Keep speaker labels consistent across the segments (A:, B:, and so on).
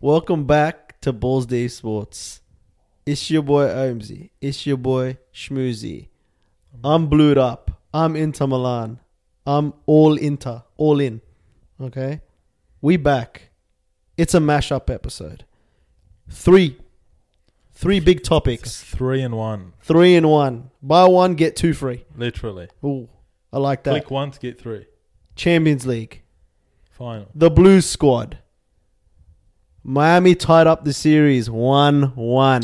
A: Welcome back to Bulls Day Sports. It's your boy Omzy. It's your boy Schmoozy. I'm blued up. I'm Inter Milan. I'm all Inter, all in. Okay, we back. It's a mashup episode. Three, three big
B: It's
A: topics.
B: a three and one,
A: Three in one. Buy one, get two free.
B: literally.
A: Ooh, I like that.
B: Click one to get three.
A: Champions League.
B: Final.
A: The Blues squad. Miami tied up the series 1 1.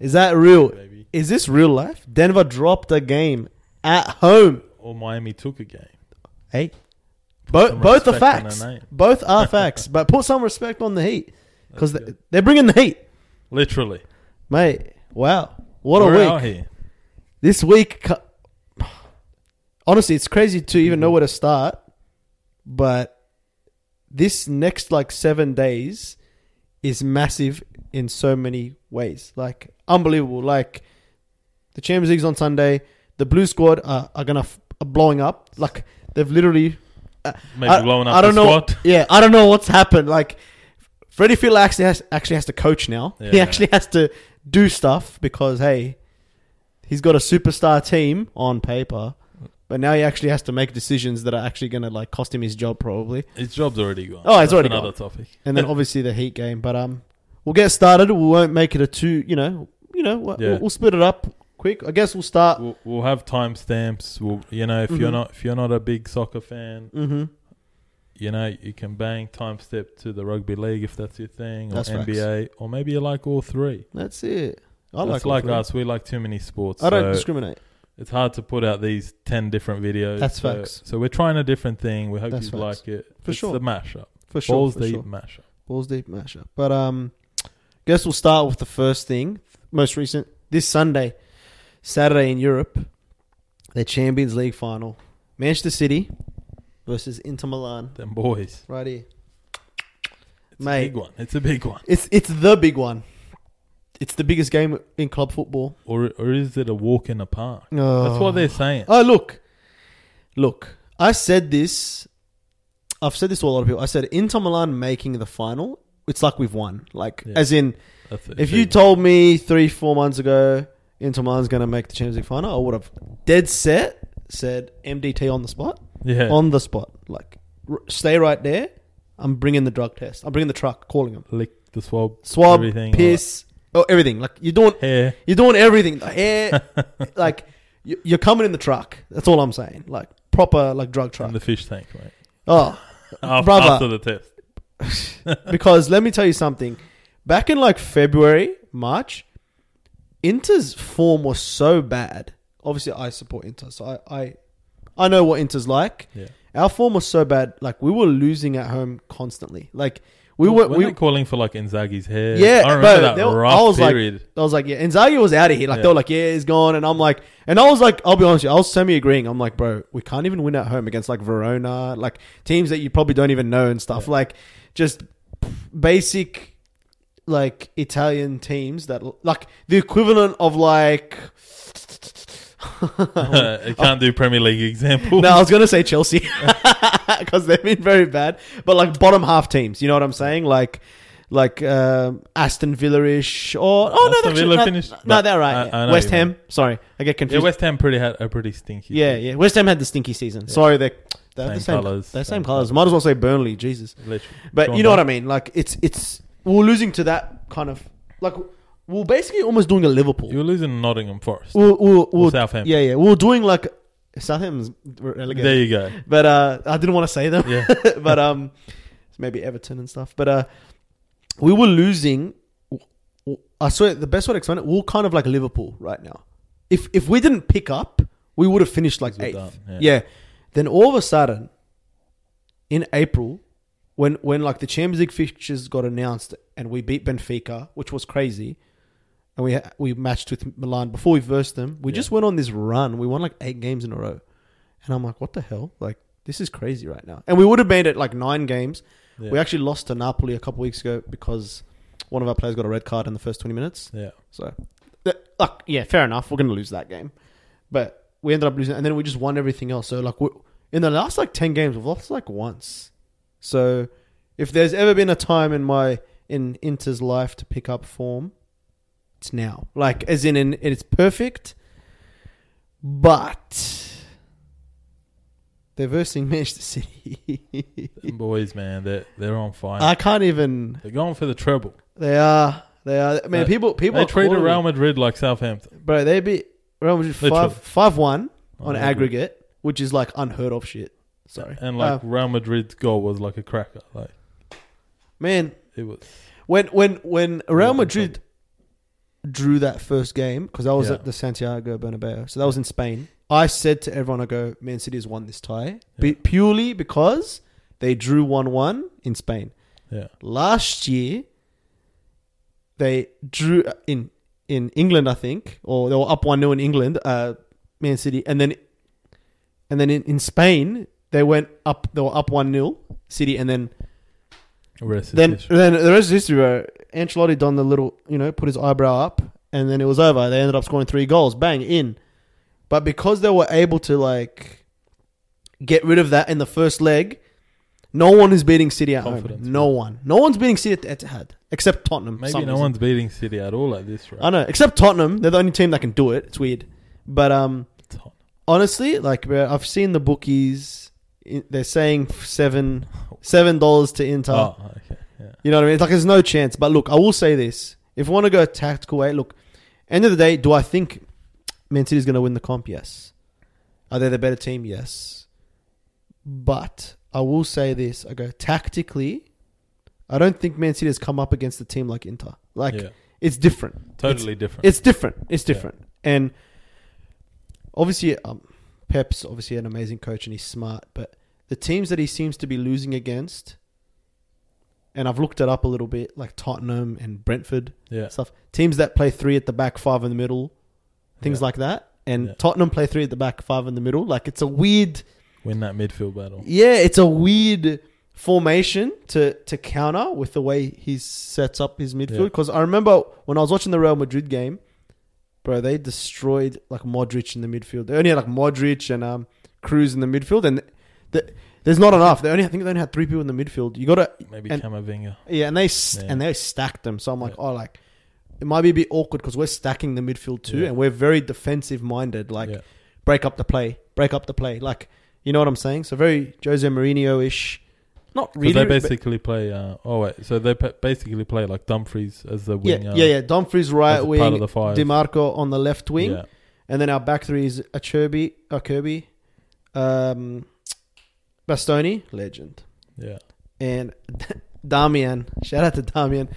A: Is that real?
B: Baby.
A: Is this real life? Denver dropped a game at home.
B: Or Miami took a game.
A: Hey. Both,
B: some
A: both are
B: respect on
A: facts.
B: their name.
A: Both are facts. But put some respect on the Heat. Because
B: That's good.
A: they're bringing the heat.
B: Literally.
A: Mate, wow. What
B: We're
A: a
B: out
A: week.
B: here.
A: This week. cu- Honestly, it's crazy to even know where to start. But this next like seven days is massive in so many ways. Like unbelievable. Like the Champions League's on Sunday. The Blue Squad are, are gonna f- are blowing up. Like they've literally. uh,
B: Maybe blowing up
A: I don't
B: the
A: know.
B: squad.
A: Yeah, I don't know what's happened. Like Freddie Field actually has actually has to coach now. He
B: Yeah.
A: actually has to do stuff because hey, he's got a superstar team on paper. But now he actually has to make decisions that are actually going to like cost him his job, probably.
B: His job's already gone.
A: Oh, it's already
B: another topic.
A: And then obviously the Heat game. But um, we'll get started. We won't make it a two. You know, you know, we'll,
B: Yeah.
A: we'll split it up quick. I guess we'll start.
B: We'll, we'll have timestamps. We'll, you know, if you're
A: Mhm.
B: not if you're not a big soccer fan,
A: Mm-hmm.
B: you know, you can bang time step to the rugby league if that's your thing, or
A: That's facts.
B: NBA, or maybe you like all three.
A: That's it. I
B: That's
A: like,
B: like
A: all three.
B: us. We like too many sports.
A: I don't
B: so-
A: discriminate.
B: it's hard to put out these 10 different videos.
A: That's
B: so,
A: facts.
B: So we're trying a different thing. We hope
A: That's
B: you
A: facts.
B: like it.
A: For
B: it's
A: sure.
B: the mashup.
A: For sure.
B: Balls
A: for
B: deep
A: sure.
B: mashup.
A: Balls deep mashup. But um, guess we'll start with the first thing, most recent this Sunday, Saturday in Europe, the Champions League final, Manchester City versus Inter Milan.
B: Them boys.
A: Right here,
B: It's a
A: mate.
B: big one. It's a big one.
A: It's it's the big one. It's the biggest game in club football.
B: Or, or is it a walk in the park? That's what they're saying.
A: Oh look, look. I said this. I've said this to a lot of people. I said Inter Milan making the final. It's like we've won. Like
B: Yeah.
A: as in,
B: That's a
A: if you
B: big
A: told me three four months ago Inter Milan's going to make the Champions League final, I would have dead set said MDT on the spot,
B: one. yeah.
A: on the spot. Like r- stay right there. I'm bringing the drug test. I'm bringing the truck. Calling them
B: Lick the swab.
A: swab,
B: everything, all
A: piss, oh everything. Like you're doing
B: that. Hair.
A: you're doing everything. The hair, like you- you're coming in the truck. That's all I'm saying. Like proper, like drug truck.
B: And the fish tank, mate.
A: oh,
B: After,
A: Brother.
B: after the test.
A: because let me tell you something. Back in like February, March, Inter's form was so bad. Obviously, I support Inter, so I, I, I know what Inter's like.
B: Yeah.
A: Our form was so bad. Like we were losing at home constantly. Like we were.
B: Weren't
A: we,
B: they calling for like Inzaghi's hair?
A: Yeah,
B: I remember
A: bro,
B: that
A: they were-
B: rough
A: I was like-
B: period.
A: I was like, yeah, Inzaghi was out of here. Like
B: Yeah.
A: they were like, yeah, he's gone, and I'm like, and I was like, I'll be honest, with you, I was semi agreeing. I'm like, bro, we can't even win at home against like Verona, like teams that you probably don't even know and stuff. Like just basic, like Italian teams that like the equivalent of like.
B: I can't do Premier League example.
A: No, I was gonna say Chelsea because they've been very bad, but like bottom half teams. You know what I'm saying? Like, like um, Aston Villa ish, or oh no,
B: Aston
A: actually,
B: Villa
A: no,
B: finished-
A: No,
B: no,
A: they're right.
B: I- I know
A: West
B: you
A: Ham. Sorry, I get
B: Yeah,
A: confused. Yeah, West,
B: West Ham pretty had a pretty stinky.
A: yeah, West Ham had the stinky season. Sorry, they're they're
B: Same
A: the same
B: colours,
A: They're same,
B: same
A: colors. Might as well say Burnley. Jesus,
B: Literally.
A: but
B: Go
A: you
B: on,
A: know
B: Dan.
A: what I mean. Like it's it's we're losing to that kind of like we're basically almost doing a Liverpool.
B: You were losing Nottingham Forest.
A: We're, we're, we're,
B: Southampton.
A: Yeah, yeah, we're doing like Southampton's relegated.
B: There you go.
A: But uh, I didn't want to say them.
B: Yeah.
A: but um, maybe Everton and stuff. But uh, we were losing. I swear, the best way to explain it, we're kind of like Liverpool right now. If if we didn't pick up, we would have finished like
B: We're
A: eighth.
B: done,
A: yeah.
B: yeah.
A: Then all of a sudden, in April, when when like the Champions League fixtures got announced and we beat Benfica, which was crazy, and we we matched with Milan before we versed them, we
B: Yeah.
A: just went on this run. We won like eight games in a row, and I'm like, what the hell? Like this is crazy right now. And we would have made it like nine games.
B: Yeah.
A: We actually lost to Napoli a couple weeks ago because one of our players got a red card in the first 20 minutes.
B: yeah.
A: So, th- like, yeah, fair enough. We're going to lose that game, but we ended up losing, and then we just won everything else. So, like, we in the last like ten games, we've lost like once. So, if there's ever been a time in my in Inter's life to pick up form, it's now. Like, as in, in it's perfect, but they're versing Manchester City.
B: Them boys, man, they're they're on fire.
A: I can't even.
B: they're going for the treble.
A: They are. They are. I mean,
B: They-
A: people. People
B: They
A: are
B: treated
A: calling
B: Real
A: it-
B: Madrid like Southampton.
A: Bro, they beat Real Madrid
B: Literally.
A: five five one on
B: Oh,
A: aggregate, which is like unheard of shit. Sorry.
B: And like
A: Uh,
B: Real Madrid's goal was like a cracker. Like
A: man,
B: it was.
A: when when when Real
B: Nothing
A: Madrid drew that first game because I was
B: Yeah.
A: at the Santiago Bernabeu, so that was in Spain. I said to everyone, I go, Man City has won this tie be-
B: Yeah.
A: purely because they drew one one in Spain.
B: Yeah.
A: Last year, they drew uh, in in England, I think, or they were up one 0 in England, uh, Man City, and then and then in, in Spain they went up. They were up one 0 City, and then
B: The rest is
A: then
B: history.
A: then the rest is history, bro. Ancelotti done the little, you know, put his eyebrow up, and then it was over. They ended up scoring three goals, bang in. But because they were able to like get rid of that in the first leg, no one is beating City at
B: Confidence,
A: home. No one, no one's beating City at the Etihad except Tottenham. for
B: maybe no
A: some reason.
B: one's beating City at all at this rate.
A: I know, except Tottenham. They're the only team that can do it. It's weird, but um,
B: Tot-
A: honestly, like bro, I've seen the bookies. i- They're saying seven seven dollars to Inter.
B: Oh, okay. Yeah.
A: You know what I mean? It's like there's no chance. But look, I will say this: if we want to go a tactical way, look. End of the day, do I think Man City's going to win the comp? Yes. Are they the better team? Yes. But I will say this: I go tactically. I don't think Man City has come up against a team like Inter. Like
B: yeah.
A: it's different.
B: Totally different.
A: It's different. It's
B: Yeah.
A: different. And obviously, um, Pep's obviously an amazing coach and he's smart, but the teams that he seems to be losing against, and I've looked it up a little bit, like Tottenham and Brentford
B: yeah.
A: stuff, teams that play three at the back, five in the middle, things
B: Yeah.
A: like that. And
B: Yeah.
A: Tottenham play three at the back, five in the middle. Like it's a weird,
B: Win that midfield battle.
A: yeah, it's a weird formation to to counter with the way he sets up his midfield.
B: Yeah.
A: Because I remember when I was watching the Real Madrid game, bro, they destroyed like Modric in the midfield. They only had like Modric and um Cruz in the midfield, and the, there's not enough. They only I think they only had three people in the midfield. You got to
B: Maybe
A: And-
B: Camavinga.
A: yeah, and they st-
B: Yeah.
A: and they stacked them. So I'm like,
B: Yeah.
A: oh, like it might be a bit awkward because we're stacking the midfield too,
B: Yeah.
A: and we're very defensive minded. Like
B: Yeah.
A: break up the play, break up the play. Like you know what I'm saying? So very Jose Mourinho ish. Not
B: 'Cause
A: really.
B: they
A: but-
B: basically play. Uh, oh wait, so they pa- basically play like Dumfries as the
A: yeah,
B: winger.
A: yeah, yeah. Dumfries right
B: uh, as a part of
A: wing,
B: the five.
A: Demarco on the left wing,
B: Yeah.
A: and then our back three is Acherby, uh, Kirby, um, Bastoni, legend,
B: yeah.
A: and Damian. Shout out to Damian,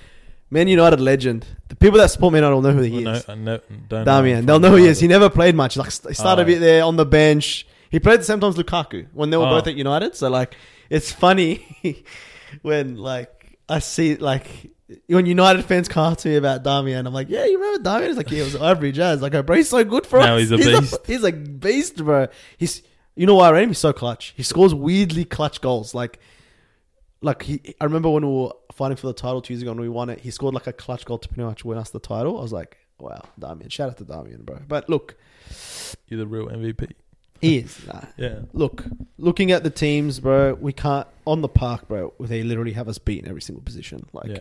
A: Man United legend. The people that support Man United will know who he
B: Well,
A: is.
B: no, I ne- don't
A: Damian.
B: him
A: They'll
B: from
A: know who he
B: either.
A: is. He never played much. Like st- he started a
B: Oh.
A: bit there on the bench. He played the same time as Lukaku when they were
B: Oh.
A: both at United. So like, it's funny when like I see like when United fans come up to me about Damian. I'm like, yeah, you remember Damian? He's like, yeah, it was Ivory Jazz. Like, "Oh, bro, he's so good for
B: Now
A: us.
B: he's a beast.
A: he's a beast, bro. He's you know why I rate him? He's so clutch. He scores weirdly clutch goals. Like. Like he, I remember when we were fighting for the title two years ago and we won it. He scored like a clutch goal to pretty much win us the title. I was like, Wow, Damien. Shout out to Damien, bro. But look,
B: You're the real MVP.
A: he is. Nah.
B: Yeah.
A: Look, looking at the teams, bro, we can't on the park, bro. They literally have us beaten every single position. Like,
B: yeah.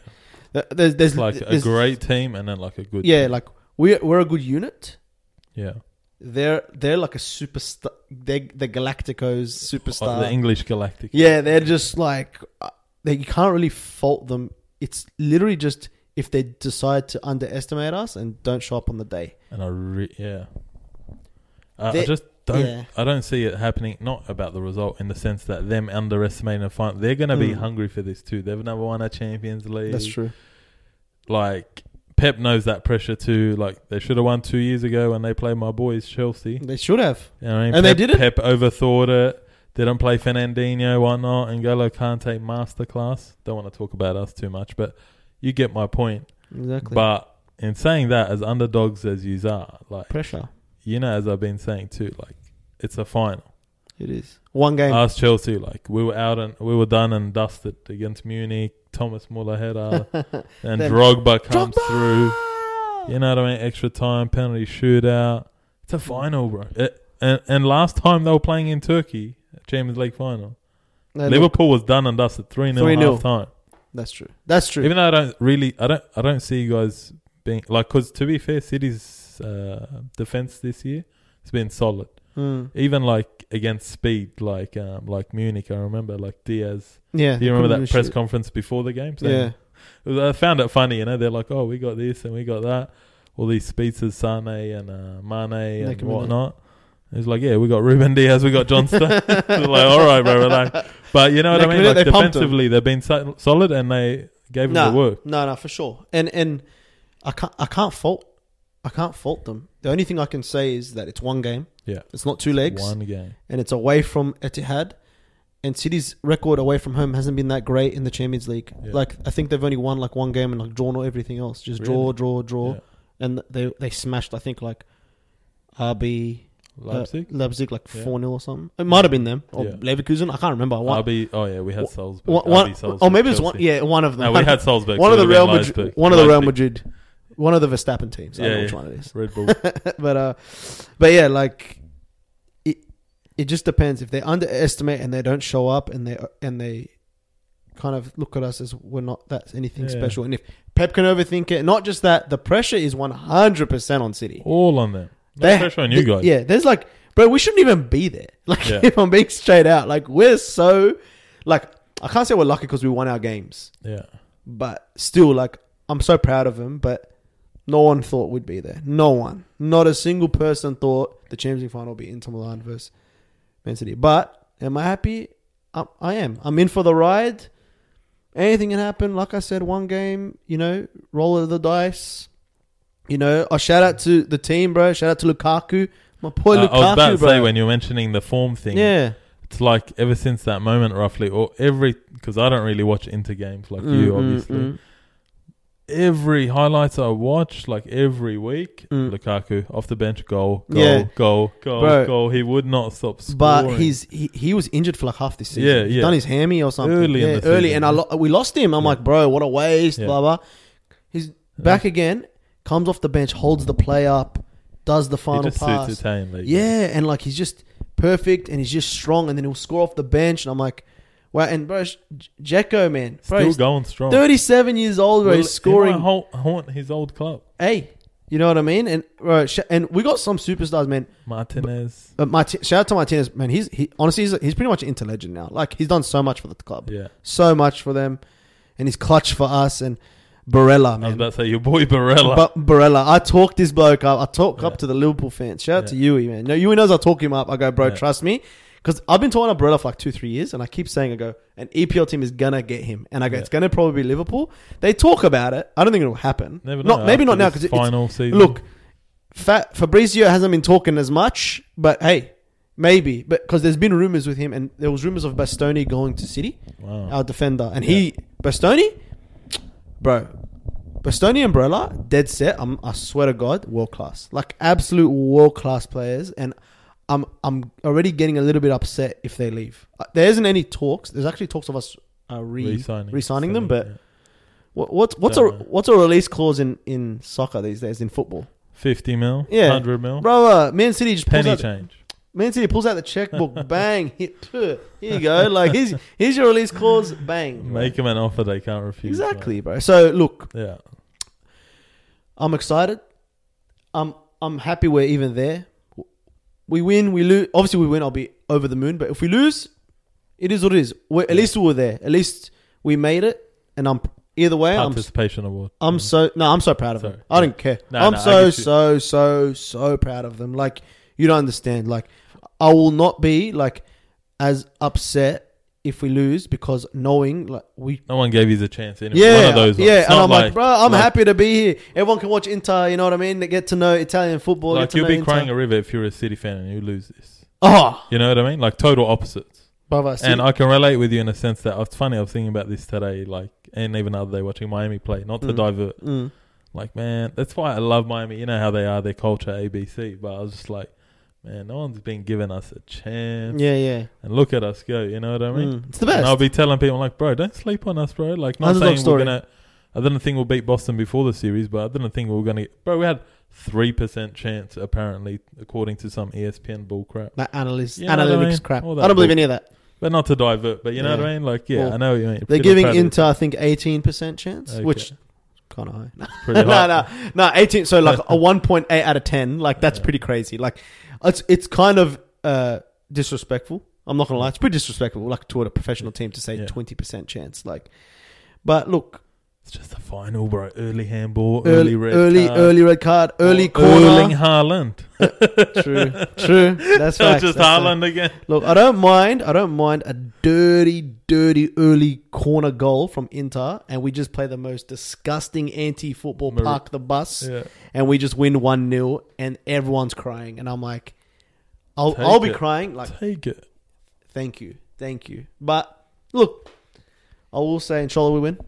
A: th- there's, there's
B: It's like a
A: there's-
B: great team and then like a good.
A: yeah,
B: team.
A: like we're we're a good unit.
B: yeah.
A: They're they're like a superstar. They the Galacticos
B: Like the
A: superstar.
B: English Galactic.
A: yeah, they're just like uh, they, you can't really fault them. It's literally just if they decide to underestimate us and don't show up on the day.
B: And I re- yeah. Uh, I- I
A: They-
B: just don't.
A: yeah.
B: I don't see it happening. Not about the result in the sense that them underestimating the final. They're going to be
A: Mm.
B: hungry for this too. They've never won a Champions League.
A: That's true.
B: Like Pep knows that pressure too. Like they should have won two years ago when they played my boys Chelsea.
A: They should have.
B: You know what I mean?
A: And they
B: Pep,
A: did it?
B: Pep overthought it. Didn't play Fernandinho, whatnot. And Golo Kante masterclass. Don't want to talk about us too much, but you get my point.
A: Exactly.
B: But in saying that, as underdogs as you are, like
A: Pressure.
B: you know, as I've been saying too, like it's a final.
A: It is one game.
B: Us Chelsea, like we were out and we were done and dusted against Munich. Thomas Muller header and
A: Then-
B: Drogba comes
A: Drogba!
B: through. You know what I mean? Extra time, penalty shootout. It's a final, bro. It, and, and last time they were playing in Turkey, Champions League final,
A: No, look,
B: Liverpool was done and dusted 3 0
A: 3-0.
B: half time.
A: That's true. That's true.
B: Even though I don't really, I don't, I don't see you guys being like. Because to be fair, City's uh, defense this year has been solid.
A: Mm.
B: Even like against speed, like um, like Munich, I remember like Diaz.
A: Yeah.
B: Do you
A: they
B: remember
A: couldn't
B: that
A: do
B: press
A: shit.
B: conference before the game? saying-
A: Yeah.
B: It was- I found it funny, you know. They're like, "Oh, we got this and we got that." All these speedsters, Sane and uh, Mane and
A: Nakamiru.
B: whatnot. It was like, "Yeah, we got Ruben Diaz, we got John Stones." like, all right, bro, relax. But you know what I mean?
A: Nakamiru,
B: Like
A: they pumped 'em.
B: defensively, they've been so- solid and they gave them
A: No,
B: the work.
A: no, no, for sure. And and I can't I can't fault I can't fault them. The only thing I can say is that it's one game.
B: Yeah.
A: It's not two legs,
B: One game.
A: and it's away from Etihad. And City's record away from home hasn't been that great in the Champions League.
B: Yeah.
A: Like I think they've only won like one game and like drawn or everything else. Just draw,
B: Really?
A: draw, draw,
B: Yeah.
A: and they they smashed. I think like RB uh,
B: Leipzig.
A: Leipzig like
B: Yeah.
A: four 0 or something. It might have been them or
B: Yeah.
A: Leverkusen. I can't remember. One,
B: RB. Oh yeah, we had Salzburg.
A: one-
B: RB
A: one-
B: Salzburg,
A: or maybe it was one.
B: Chelsea.
A: Yeah, one of them.
B: No, we had Salzburg.
A: one
B: so
A: of the
B: it would've
A: Real
B: been
A: Madrid,
B: Leipzig.
A: one of the Real
B: Leipzig.
A: Madrid, one of the Verstappen teams. I don't know
B: Yeah,
A: which
B: yeah.
A: one it is.
B: Red Bull.
A: but uh, but yeah, like it, it just depends. If they underestimate and they don't show up, and they and they kind of look at us as we're not that's anything
B: Yeah.
A: special. And if Pep can overthink it, not just that, the pressure is one hundred percent on City.
B: All on them. No
A: They-
B: pressure on you
A: th-
B: guys.
A: Yeah, there's like, bro, we shouldn't even be there. Like,
B: Yeah.
A: if I'm being straight out, like we're so, like I can't say we're lucky because we won our games
B: Yeah.
A: but still, like, I'm so proud of him. But no one thought we'd be there. No one, not a single person thought the Champions League final would be Inter Milan versus Man City. But am I happy? I, I am. I'm in for the ride. Anything can happen. Like I said, one game, you know, roll of the dice. You know, I shout out to the team, bro. Shout out to Lukaku, my boy
B: Uh, I was about
A: Lukaku,
B: to
A: bro.
B: say when you were mentioning the form thing.
A: yeah,
B: it's like ever since that moment roughly or every because i don't really watch inter games like
A: Mm,
B: you
A: mm,
B: obviously
A: mm.
B: every highlights i watch like every week
A: Mm.
B: lukaku off the bench goal goal
A: Yeah.
B: goal goal
A: Bro.
B: goal he would not stop scoring.
A: But he's he, he was injured for like half this season.
B: Yeah,
A: He
B: yeah.
A: done his hammy or something.
B: Early in
A: Yeah,
B: the
A: early, and
B: season,
A: I lo- we lost him. I'm
B: Yeah.
A: like, bro, what a waste.
B: Yeah.
A: Blah blah. He's back again. Comes off the bench, holds the play up, does the
B: he
A: final
B: just suits
A: pass.
B: italian league
A: Yeah, and like he's just perfect, and he's just strong, and then he'll score off the bench, and I'm like, wow. And bro, Sh- Jacko, man, bro,
B: still
A: he's
B: going strong
A: 37 years old, bro.
B: Well,
A: he's
B: he might
A: scoring
B: haunt, haunt his old club
A: hey. You know what I mean? And bro, Sh- and we got some superstars, man.
B: martinez
A: Uh, Mart- shout out to Martinez, man. He's he honestly he's, he's pretty much an inter legend now. Like he's done so much for the club,
B: yeah
A: so much for them, and he's clutch for us and Barella,
B: i was
A: man.
B: about to say your boy barella
A: But Barella, I talked this bloke up. I talk
B: Yeah.
A: up to the Liverpool fans. Shout out
B: Yeah.
A: to Yui, man. No, Yui knows I talk him up. I go, bro,
B: Yeah.
A: trust me, because I've been talking about Barella for like two, three years, and I keep saying, I go, an EPL team is gonna get him, and I go,
B: Yeah.
A: it's gonna probably be Liverpool. They talk about it. I don't think it'll happen.
B: Never know,
A: not maybe
B: after
A: not now
B: this
A: because it's
B: final season
A: Look, Fa Fabrizio hasn't been talking as much, but hey, maybe. But because there's been rumors with him, and there was rumors of Bastoni going to City,
B: wow
A: our defender, and he Bastoni, bro, Bastoni and Barella, dead set. I'm, I swear to God, world class, like absolute world class players, and. I'm I'm already getting a little bit upset if they leave. Uh, There isn't any talks. There's actually talks of us uh, re
B: Re-signing.
A: re-signing them,
B: Selling,
A: but
B: yeah.
A: what, what's what's a
B: Don't know.
A: what's a release clause in, in soccer these days in football?
B: 50 mil
A: Yeah.
B: 100 mil
A: Bro, uh, Man City just pulls
B: penny
A: out,
B: change
A: Man City pulls out the checkbook, bang, hit, here you go. Like here's here's your release clause, bang.
B: make him an offer they can't refuse right?
A: exactly, bro. So look,
B: yeah
A: I'm excited. I'm I'm happy we're even there. We win, we lose. Obviously, we win. I'll be over the moon. But if we lose, it is what it is. We're, at least we were there. At least we made it. And I'm either way. I'm
B: participation award.
A: I'm so no, I'm so proud of
B: Mm. Sorry.
A: them. I don't care.
B: No,
A: I'm
B: no, I
A: so
B: get you.
A: so so so proud of them. Like you don't understand. Like I will not be like as upset if we lose because knowing like we
B: No one gave you the chance. Anyway.
A: yeah
B: one of those. ones.
A: yeah,
B: It's
A: and
B: not
A: I'm like, bro, I'm
B: like-
A: happy to be here. Everyone can watch Inter. You know what I mean? They get to know Italian football.
B: Like
A: get to
B: you'll
A: know
B: be
A: Inter.
B: crying a river if you're a City fan and you lose this.
A: Oh,
B: You know what I mean? Like total opposites.
A: brother,
B: And I can relate with you in a sense that it's funny. I was thinking about this today, like, and even the other day watching Miami play. Not to
A: Mm.
B: divert.
A: mm,
B: Like, man, that's why I love Miami. You know how they are, their culture, ABC. But I was just like, man, no one's been giving us a chance.
A: yeah, yeah.
B: And look at us go. You know what I mean?
A: Mm. It's the
B: And I'll
A: best.
B: be telling people like, bro, don't sleep on us, bro. Like, not
A: Underdog
B: saying
A: story.
B: we're gonna. I didn't think we'll beat Boston before the series, but I didn't think we were gonna. Get, bro, we had three percent chance apparently, according to some E ESPN bull crap.
A: That analyst
B: You know what I
A: analytics
B: mean?
A: crap. I
B: All
A: don't
B: that
A: believe
B: bull-
A: any of that.
B: but not to divert. But you know
A: Yeah.
B: what I mean? Like, yeah,
A: Well,
B: I know what you mean.
A: They're
B: Pretty
A: giving
B: proud of
A: Inter, I think, eighteen percent chance,
B: Okay.
A: which kind of high. No, no,
B: it. Pretty hot.
A: no, no, eighteen. So like a one point eight out of ten. Like that's pretty crazy. Like it's it's kind of uh, disrespectful. I'm not gonna lie, it's pretty disrespectful. Like toward a professional team to say
B: Yeah.
A: twenty percent chance. Like, but look,
B: It's just the final, bro. Early handball,
A: early,
B: early, red
A: early,
B: card.
A: early red card, early
B: Or
A: corner.
B: Erling Haaland.
A: True, true. That's facts.
B: just
A: that's
B: Haaland again.
A: Look, I don't mind. I don't mind a dirty, dirty early corner goal from Inter, and we just play the most disgusting anti-football
B: Mar-
A: park the bus,
B: Yeah.
A: and we just win one 0 and everyone's crying, and I'm like, I'll
B: Take
A: I'll be
B: it.
A: crying. Like,
B: Take it.
A: thank you, thank you. But look, I will say, inshallah, we win,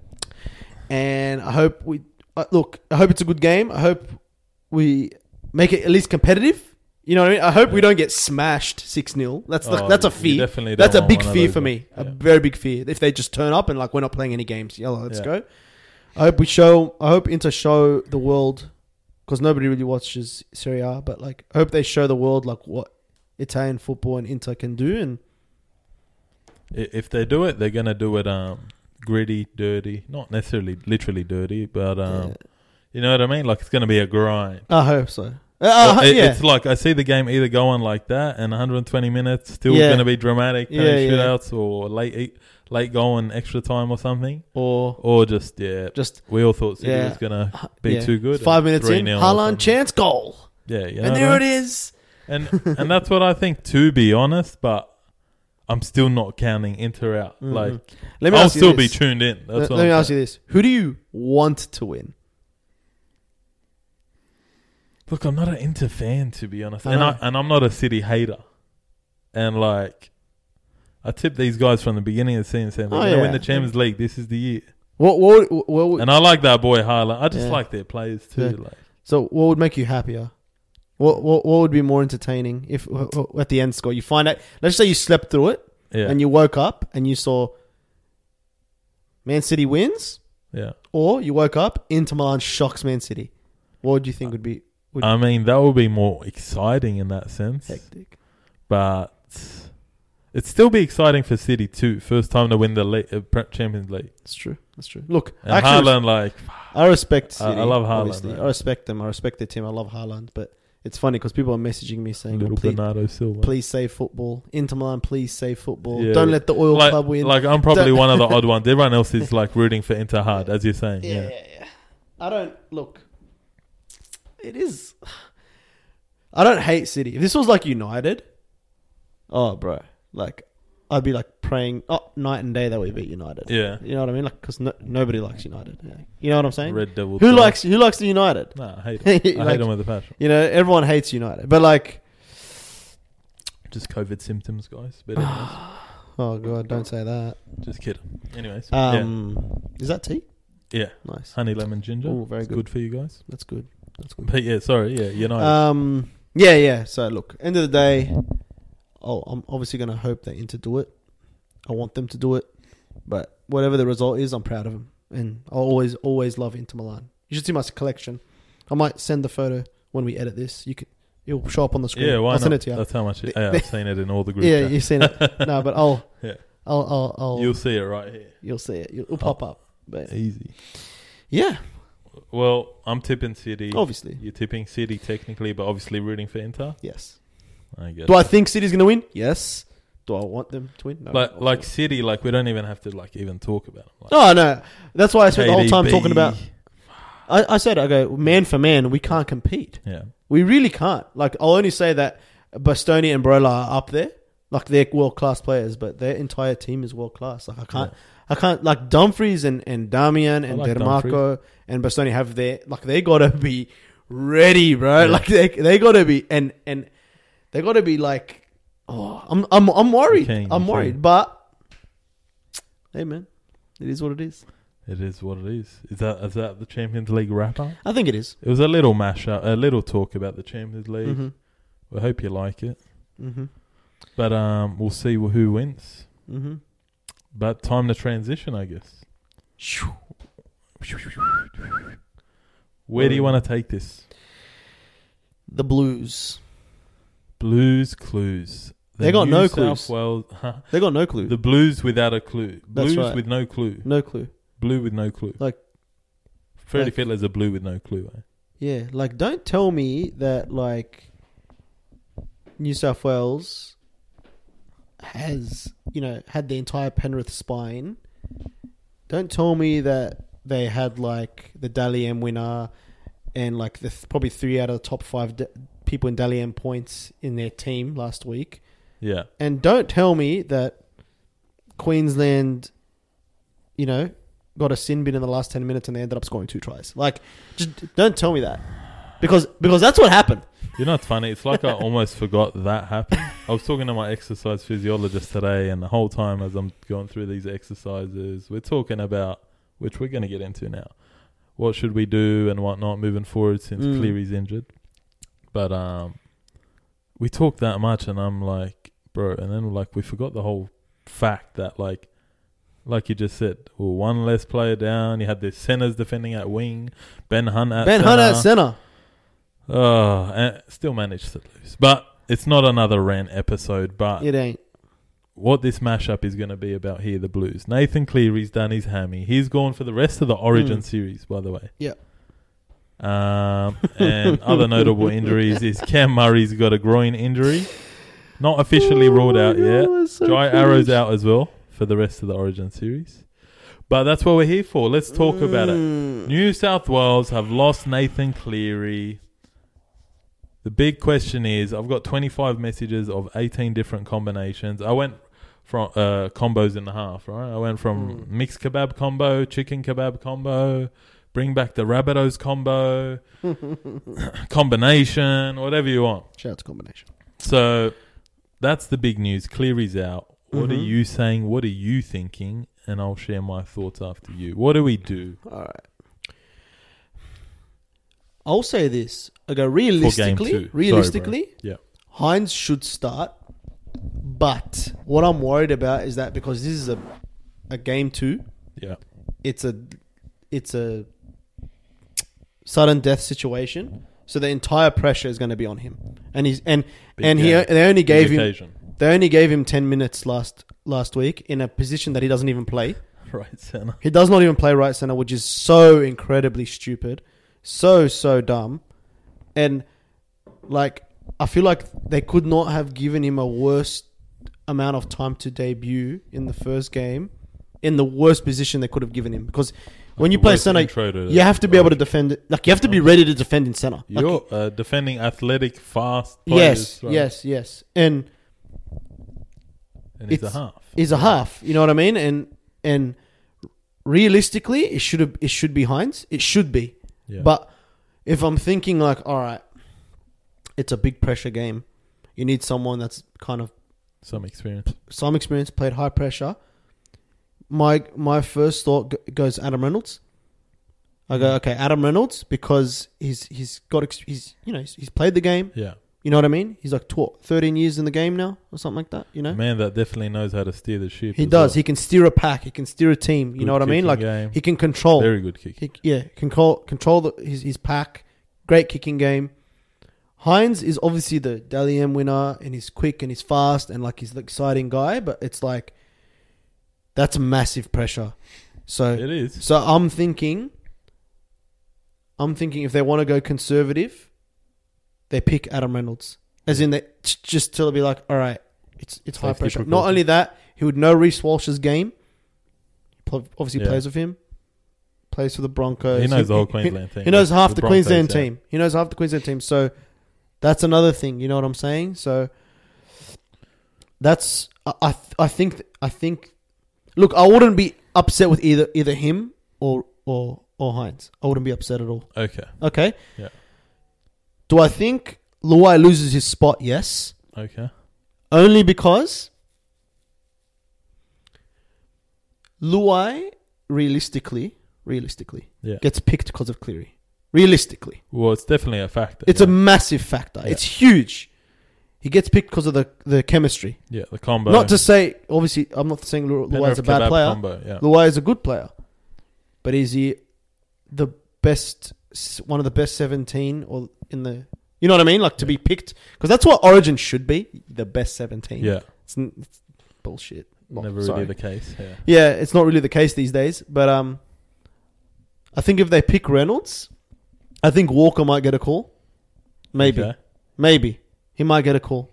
A: and I hope we uh, look. I hope it's a good game. I hope we make it at least competitive. You know what I mean? I hope we don't get smashed six 0 That's the,
B: Oh,
A: that's a
B: you
A: fear.
B: definitely don't
A: That's a
B: want
A: big
B: one of
A: fear
B: those
A: for
B: ones.
A: me. A
B: Yeah.
A: very big fear. If they just turn up and like we're not playing any games, yeah, let's
B: Yeah.
A: go. I hope we show. I hope Inter show the world because nobody really watches Serie A, but like I hope they show the world like what Italian football and Inter can do. And
B: I- If they do it, they're gonna do it um gritty, dirty. Not necessarily literally dirty, but um
A: Yeah.
B: you know what I mean? Like it's gonna be a grind.
A: I hope so. Uh,
B: Well,
A: uh,
B: it-
A: yeah,
B: It's like I see the game either going like that and 120 minutes still
A: Yeah.
B: going to be dramatic, yeah,
A: Yeah, yeah.
B: shootouts or late e, late going extra time or something,
A: or
B: or just yeah,
A: just
B: we all thought City
A: Yeah.
B: was going to be
A: yeah.
B: too good.
A: Five
B: and
A: minutes in,
B: 3-0 or something.
A: Haaland chance goal,
B: yeah, you know
A: and
B: what
A: there
B: I
A: it
B: mean?
A: is.
B: and and that's what I think to be honest, but I'm still not counting Inter out.
A: Mhm.
B: Like
A: Let me
B: I'll
A: ask you
B: still be
A: this.
B: tuned in.
A: Let,
B: That's what
A: let me
B: I'm
A: ask
B: saying.
A: you this: Who do you want to win?
B: Look, I'm not an Inter fan to be honest,
A: I
B: and I
A: know.
B: and I'm not a City hater, and like. I tipped these guys from the beginning of the season saying,
A: Oh,
B: we're going to win
A: yeah.
B: the Champions League. This is the year.
A: What what what, what would,
B: And I like that boy Haaland. I just
A: Yeah.
B: like their players too.
A: Yeah.
B: Like,
A: so what would make you happier? What what what would be more entertaining if wh- wh- at the end score you find out? Let's say you slept through it
B: yeah,
A: and you woke up and you saw Man City wins,
B: yeah.
A: or you woke up Inter Milan shocks Man City. What would you think would be would
B: I mean, that would be more exciting in that sense,
A: hectic?
B: but it'd still be exciting for City too. First time to win the league, uh, Pre- Champions League,
A: That's true. That's true. Look,
B: and
A: I actually,
B: Haaland like
A: I respect.
B: I- I
A: City,
B: love Haaland,
A: obviously.
B: man.
A: I respect them. I respect their team. I love Haaland, but it's funny because people are messaging me saying,
B: little
A: "Please,
B: Bernardo Silva.
A: please save football. Inter Milan, please save football.
B: Yeah.
A: Don't let the oil
B: like,
A: club win."
B: like I'm probably
A: Don't-
B: one of the odd ones. Everyone else is like rooting for Inter hard, as you're saying. Yeah,
A: yeah, yeah, yeah. I don't look. It is. I don't hate City. If this was like United, oh, bro, like I'd be like praying oh, night and day that we beat United.
B: yeah.
A: You know what I mean? Like because no, nobody likes United. Yeah. You know what I'm saying?
B: Red Devil.
A: who
B: Dog.
A: likes who likes the United?
B: Nah, I hate him. I
A: Like-
B: hate him with a passion.
A: You know, everyone hates United, but like,
B: Just COVID symptoms, guys. But anyways,
A: oh god, don't say that.
B: just kidding. Anyways,
A: Um, is that tea?
B: yeah, yeah.
A: Nice.
B: Honey, lemon, ginger.
A: Ooh, very
B: It's
A: good.
B: good for you guys.
A: That's good. That's good.
B: But yeah, sorry, yeah, United.
A: Um, yeah, yeah. So look, end of the day, oh, I'm obviously going to hope they Inter do it. I want them to do it, but whatever the result is, I'm proud of them, and I always, always love Inter Milan. You should see my collection. I might send the photo when we edit this. You could, it'll show up on the screen.
B: yeah, why
A: I'll
B: not?
A: send it to you.
B: That's how much.
A: They-
B: yeah,
A: they-
B: I've seen it in all the groups.
A: yeah, you've seen it. no, but I'll,
B: Yeah.
A: I'll, I'll, I'll
B: you'll
A: you'll,
B: see it right here.
A: see it. It'll pop up. But
B: Easy.
A: yeah,
B: Well, I'm tipping City.
A: obviously,
B: You're tipping City technically, but obviously rooting for Inter.
A: yes.
B: I guess.
A: Do I think City's going to win? Yes. Do I want them to win? No.
B: like like City, like we don't even have to like even talk about them. Like,
A: No, Oh, no. That's why I spent the whole time
B: KDB.
A: talking about. I, I said, I go man for man. We can't compete.
B: Yeah,
A: We really can't. Like I'll only say that Bastoni and Brola are up there. Like they're world class players, but their entire team is world class. Like I can't, I can't. Like Dumfries and and Damian and
B: like
A: Dermarco and Bastoni have their like they gotta be ready, bro.
B: Yeah.
A: Like they they gotta be and and they gotta be like. Oh, I'm I'm I'm worried.
B: Keen,
A: I'm
B: keen.
A: worried, but hey, man, it is what it is.
B: it is what it is. Is that is that the Champions League wrap up?
A: I think it is.
B: It was a little mash up, a little talk about the Champions League.
A: Mhm.
B: We hope you like it,
A: Mhm.
B: but um, we'll see who wins.
A: Mhm.
B: But time to transition, I guess. Where do you want to take this?
A: The Blues.
B: Blues Clues.
A: They got no
B: South
A: clues.
B: Wales,
A: They got no clue.
B: the Blues without a clue.
A: That's
B: Blues
A: right.
B: with no clue.
A: no clue.
B: Blue with no clue.
A: Like-
B: Freddie
A: like-
B: Fiddler's a blue with no clue. Eh?
A: Yeah, like don't tell me that like New South Wales has, you know, had the entire Penrith spine. Don't tell me that they had like the Dally M winner and like the th- probably three out of the top five d- people in Dally M points in their team last week.
B: Yeah,
A: And don't tell me that Queensland, you know, got a sin bin in the last ten minutes and they ended up scoring two tries. Like, just don't tell me that, because because that's what happened.
B: you know it's funny. It's like I almost forgot that happened. I was talking to my exercise physiologist today, and the whole time as I'm going through these exercises, we're talking about which we're going to get into now. What should we do and whatnot moving forward since
A: Mm.
B: Cleary's injured? But um, we talked that much, and I'm like, bro, and then like we forgot the whole fact that like, like you just said, well, one less player down. You had the centers defending at wing, Ben Hunt at
A: ben Hunt
B: centre.
A: at center.
B: Oh, and still managed to lose. But it's not another rant episode. But
A: It ain't.
B: what this mashup is going to be about here, the Blues. Nathan Cleary's done his hammy. He's gone for the rest of the Origin
A: Mm.
B: series, by the way.
A: Yeah.
B: Um, and other notable injuries is Cam Murray's got a groin injury. Not officially
A: Oh
B: ruled
A: my
B: out
A: God,
B: yet.
A: we're so
B: Dry Arrow's
A: finished.
B: out as well for the rest of the Origin series. But that's what we're here for. Let's talk about it.
A: Mm.
B: New South Wales have lost Nathan Cleary. The big question is I've got 25 messages of 18 different combinations. I went from uh, combos and a half, right? I went from
A: Mm.
B: mixed kebab combo, chicken kebab combo, bring back the Rabbitohs combo, combination, whatever you want.
A: Shout out to combination.
B: So that's the big news. Cleary's out. What are
A: Mhm.
B: you saying? What are you thinking? And I'll share my thoughts after you. What do we do
A: All right. I'll say this. I go
B: for game
A: realistically.
B: two? Sorry, bro.
A: realistically,
B: yeah.
A: Hines should start, but what I'm worried about is that because this is a a game two,
B: Yeah.
A: it's a it's a sudden death situation, so the entire pressure is going to be on him, and he's and
B: Big
A: and he
B: game.
A: they only gave him
B: occasion.
A: they only gave him ten minutes last last week in a position that he doesn't even play.
B: Right center.
A: He does not even play right center, which is so incredibly stupid, so so dumb, and like I feel like they could not have given him a worse amount of time to debut in the first game, in the worst position they could have given him because when you play center, you have to be able to defend. it. Like you have to be ready to defend in center. Like,
B: You're uh, defending athletic, fast players.
A: yes,
B: right?
A: yes, yes, and.
B: And he's a
A: It's-
B: half.
A: is a half. You know what I mean? And and realistically, it should have it should be Heinz. It should be.
B: Yeah.
A: But if I'm thinking like, all right, it's a big pressure game. You need someone that's kind of
B: Some experience.
A: some experience, played high pressure. My my first thought g- goes Adam Reynolds. I go okay, Adam Reynolds because he's he's got ex- he's you know he's, he's played the game.
B: Yeah.
A: You know what I mean? He's like tw- 13 years in the game now or something like that. You know,
B: Man that definitely knows how to steer the ship.
A: he does. He can steer a pack. He can steer a team. You know what I mean? Like
B: game.
A: he can control.
B: very good kick.
A: He, yeah, control control the, his his pack. Great kicking game. Hines is obviously the Dally M winner, and he's quick and he's fast and like he's the exciting guy. But it's like that's massive pressure. So
B: It is.
A: so I'm thinking, I'm thinking if they want to go conservative, they pick Adam Reynolds, as in they t- just to be like, all right, it's it's high
B: Safety
A: pressure. Not
B: precautions.
A: only that, he would know Reese Walsh's game. Pl- Obviously,
B: Yeah.
A: plays with him, plays for the Broncos.
B: He knows the whole
A: he-
B: Queensland thing.
A: He knows half the,
B: Broncos,
A: Queensland
B: yeah.
A: team. He knows half the Queensland team. So that's another thing. You know what I'm saying? So that's I I, th- I think th- I think look, I wouldn't be upset with either either him or or or Hines. I wouldn't be upset at all.
B: Okay.
A: Okay.
B: Yeah.
A: Do I think Luai loses his spot? Yes.
B: Okay.
A: Only because Luai realistically realistically
B: Yeah.
A: gets picked because of Cleary. Realistically.
B: Well, it's definitely a factor.
A: It's a
B: yeah.
A: massive factor.
B: Yeah.
A: It's huge. He gets picked because of the, the chemistry.
B: yeah the combo.
A: not to say, obviously, I'm not saying Lu-
B: Penrith
A: Luai's a bad
B: kebab
A: player.
B: Combo. Yeah.
A: Luai is a good player, but is he the best, one of the best 17 or in the You know what I mean? Like to be picked because that's what Origin should be—the best seventeen.
B: Yeah.
A: it's, n- it's bullshit. Well,
B: Never really
A: sorry.
B: the case. Yeah.
A: Yeah, it's not really the case these days. But um, I think if they pick Reynolds, I think Walker might get a call. Maybe,
B: Okay.
A: maybe he might get a call.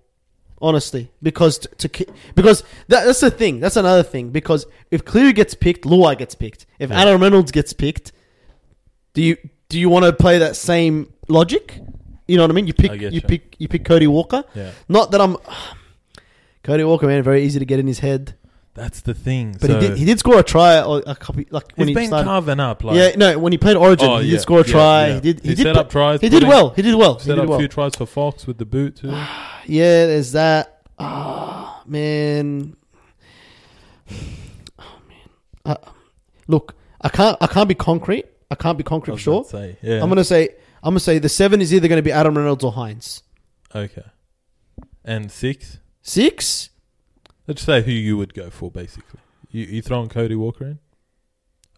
A: Honestly, because t- to ki- because that, that's the thing. That's another thing. Because if Cleary gets picked, Luai gets picked. If
B: Yeah.
A: Adam Reynolds gets picked, do you do you want to play that same logic? You know what I mean. You pick
B: I
A: you,
B: get you.
A: pick you pick Cody Walker.
B: Yeah.
A: Not that I'm Cody Walker, man. Very easy to get in his head.
B: That's the thing.
A: But
B: so
A: he did. He did score a try or a copy like when
B: he's
A: he
B: been
A: started.
B: carving up. Like,
A: yeah, no, when he played Origin,
B: Oh,
A: he
B: yeah,
A: did score a
B: yeah,
A: try.
B: yeah.
A: He did. He,
B: He
A: did.
B: set
A: pl-
B: up tries,
A: He did
B: putting-
A: well. He did well. He
B: set
A: did
B: up a
A: well.
B: few tries for Fox with the boot too.
A: Yeah, there's that. Ah, man. Oh man. Uh, look, I can't. I can't be concrete. I can't be
B: I
A: concrete for
B: was
A: sure.
B: gonna say, yeah.
A: I'm gonna say. I'm gonna say the seven is either gonna be Adam Reynolds or Hines.
B: okay. And six.
A: Six.
B: Let's say who you would go for basically. You you throwing Cody Walker in?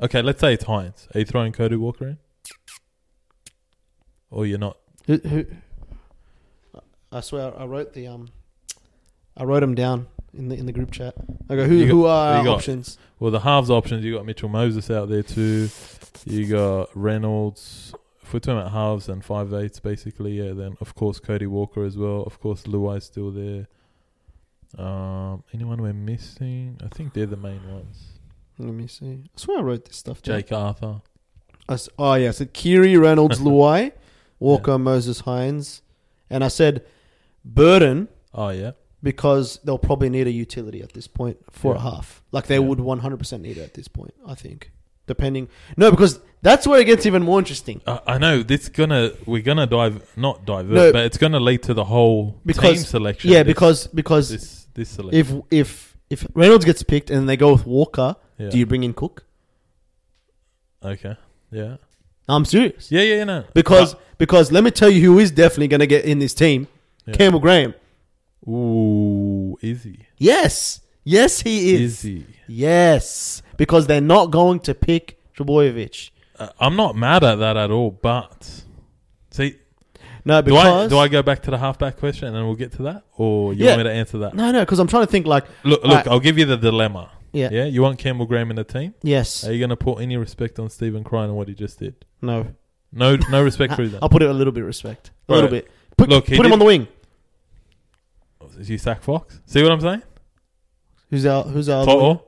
B: Okay, let's say it's Hines. Are you throwing Cody Walker in? Or you're not?
A: Who, who? I swear, I wrote the um, I wrote them down in the in the group chat. I go, who
B: You got-
A: who are
B: you
A: our
B: got-
A: options?
B: Well, the halves options you got Mitchell Moses out there too. You got Reynolds. If we're talking about halves and five eights, basically, yeah. Then of course Cody Walker as well. Of course Luai's still there. Um, anyone we're missing? I think they're the main ones.
A: Let me see. I swear, I wrote this stuff. down.
B: Jake Arthur.
A: I s- oh yeah, I said Kiri Reynolds, Luai, Walker, Moses, Hines, and I said Burden
B: Oh yeah.
A: because they'll probably need a utility at this point for a
B: Yeah.
A: half. Like they
B: Yeah.
A: would 100% need it at this point. I think, depending. No, because that's where it gets even more interesting.
B: I I know this gonna we're gonna dive not divert,
A: No.
B: but it's gonna lead to the whole
A: Because-
B: team selection.
A: Yeah,
B: this-
A: because because
B: this this selection.
A: if if if Reynolds gets picked and they go with Walker,
B: yeah.
A: do you bring in Cook?
B: okay. Yeah.
A: I'm serious
B: Yeah. Yeah. yeah, No.
A: because because let me tell you who is definitely going to get in this team:
B: Yeah.
A: Campbell Graham.
B: But- ooh, easy,
A: Yes, yes, he is.
B: easy.
A: Yes, because they're not going to pick Trebojevic.
B: Uh, I'm not mad at that at all, but see,
A: No,
B: do I
A: because
B: do I go back to the halfback question and then we'll get to that, or you
A: Yeah.
B: want me to answer that?
A: no, no, because I'm trying to think. Like,
B: Look,
A: All
B: look,
A: right.
B: I'll give you the dilemma.
A: yeah,
B: Yeah, you want Campbell Graham in the team?
A: yes,
B: Are you gonna put any respect on Stephen Crine and what he just did?
A: no.
B: No, no respect for that.
A: I'll put it a little bit of respect, a little
B: Right.
A: bit. Put,
B: Look, he
A: put him
B: did-
A: on the wing.
B: Is he sack Fox? See what I'm saying?
A: Who's our Who's our
B: Toto.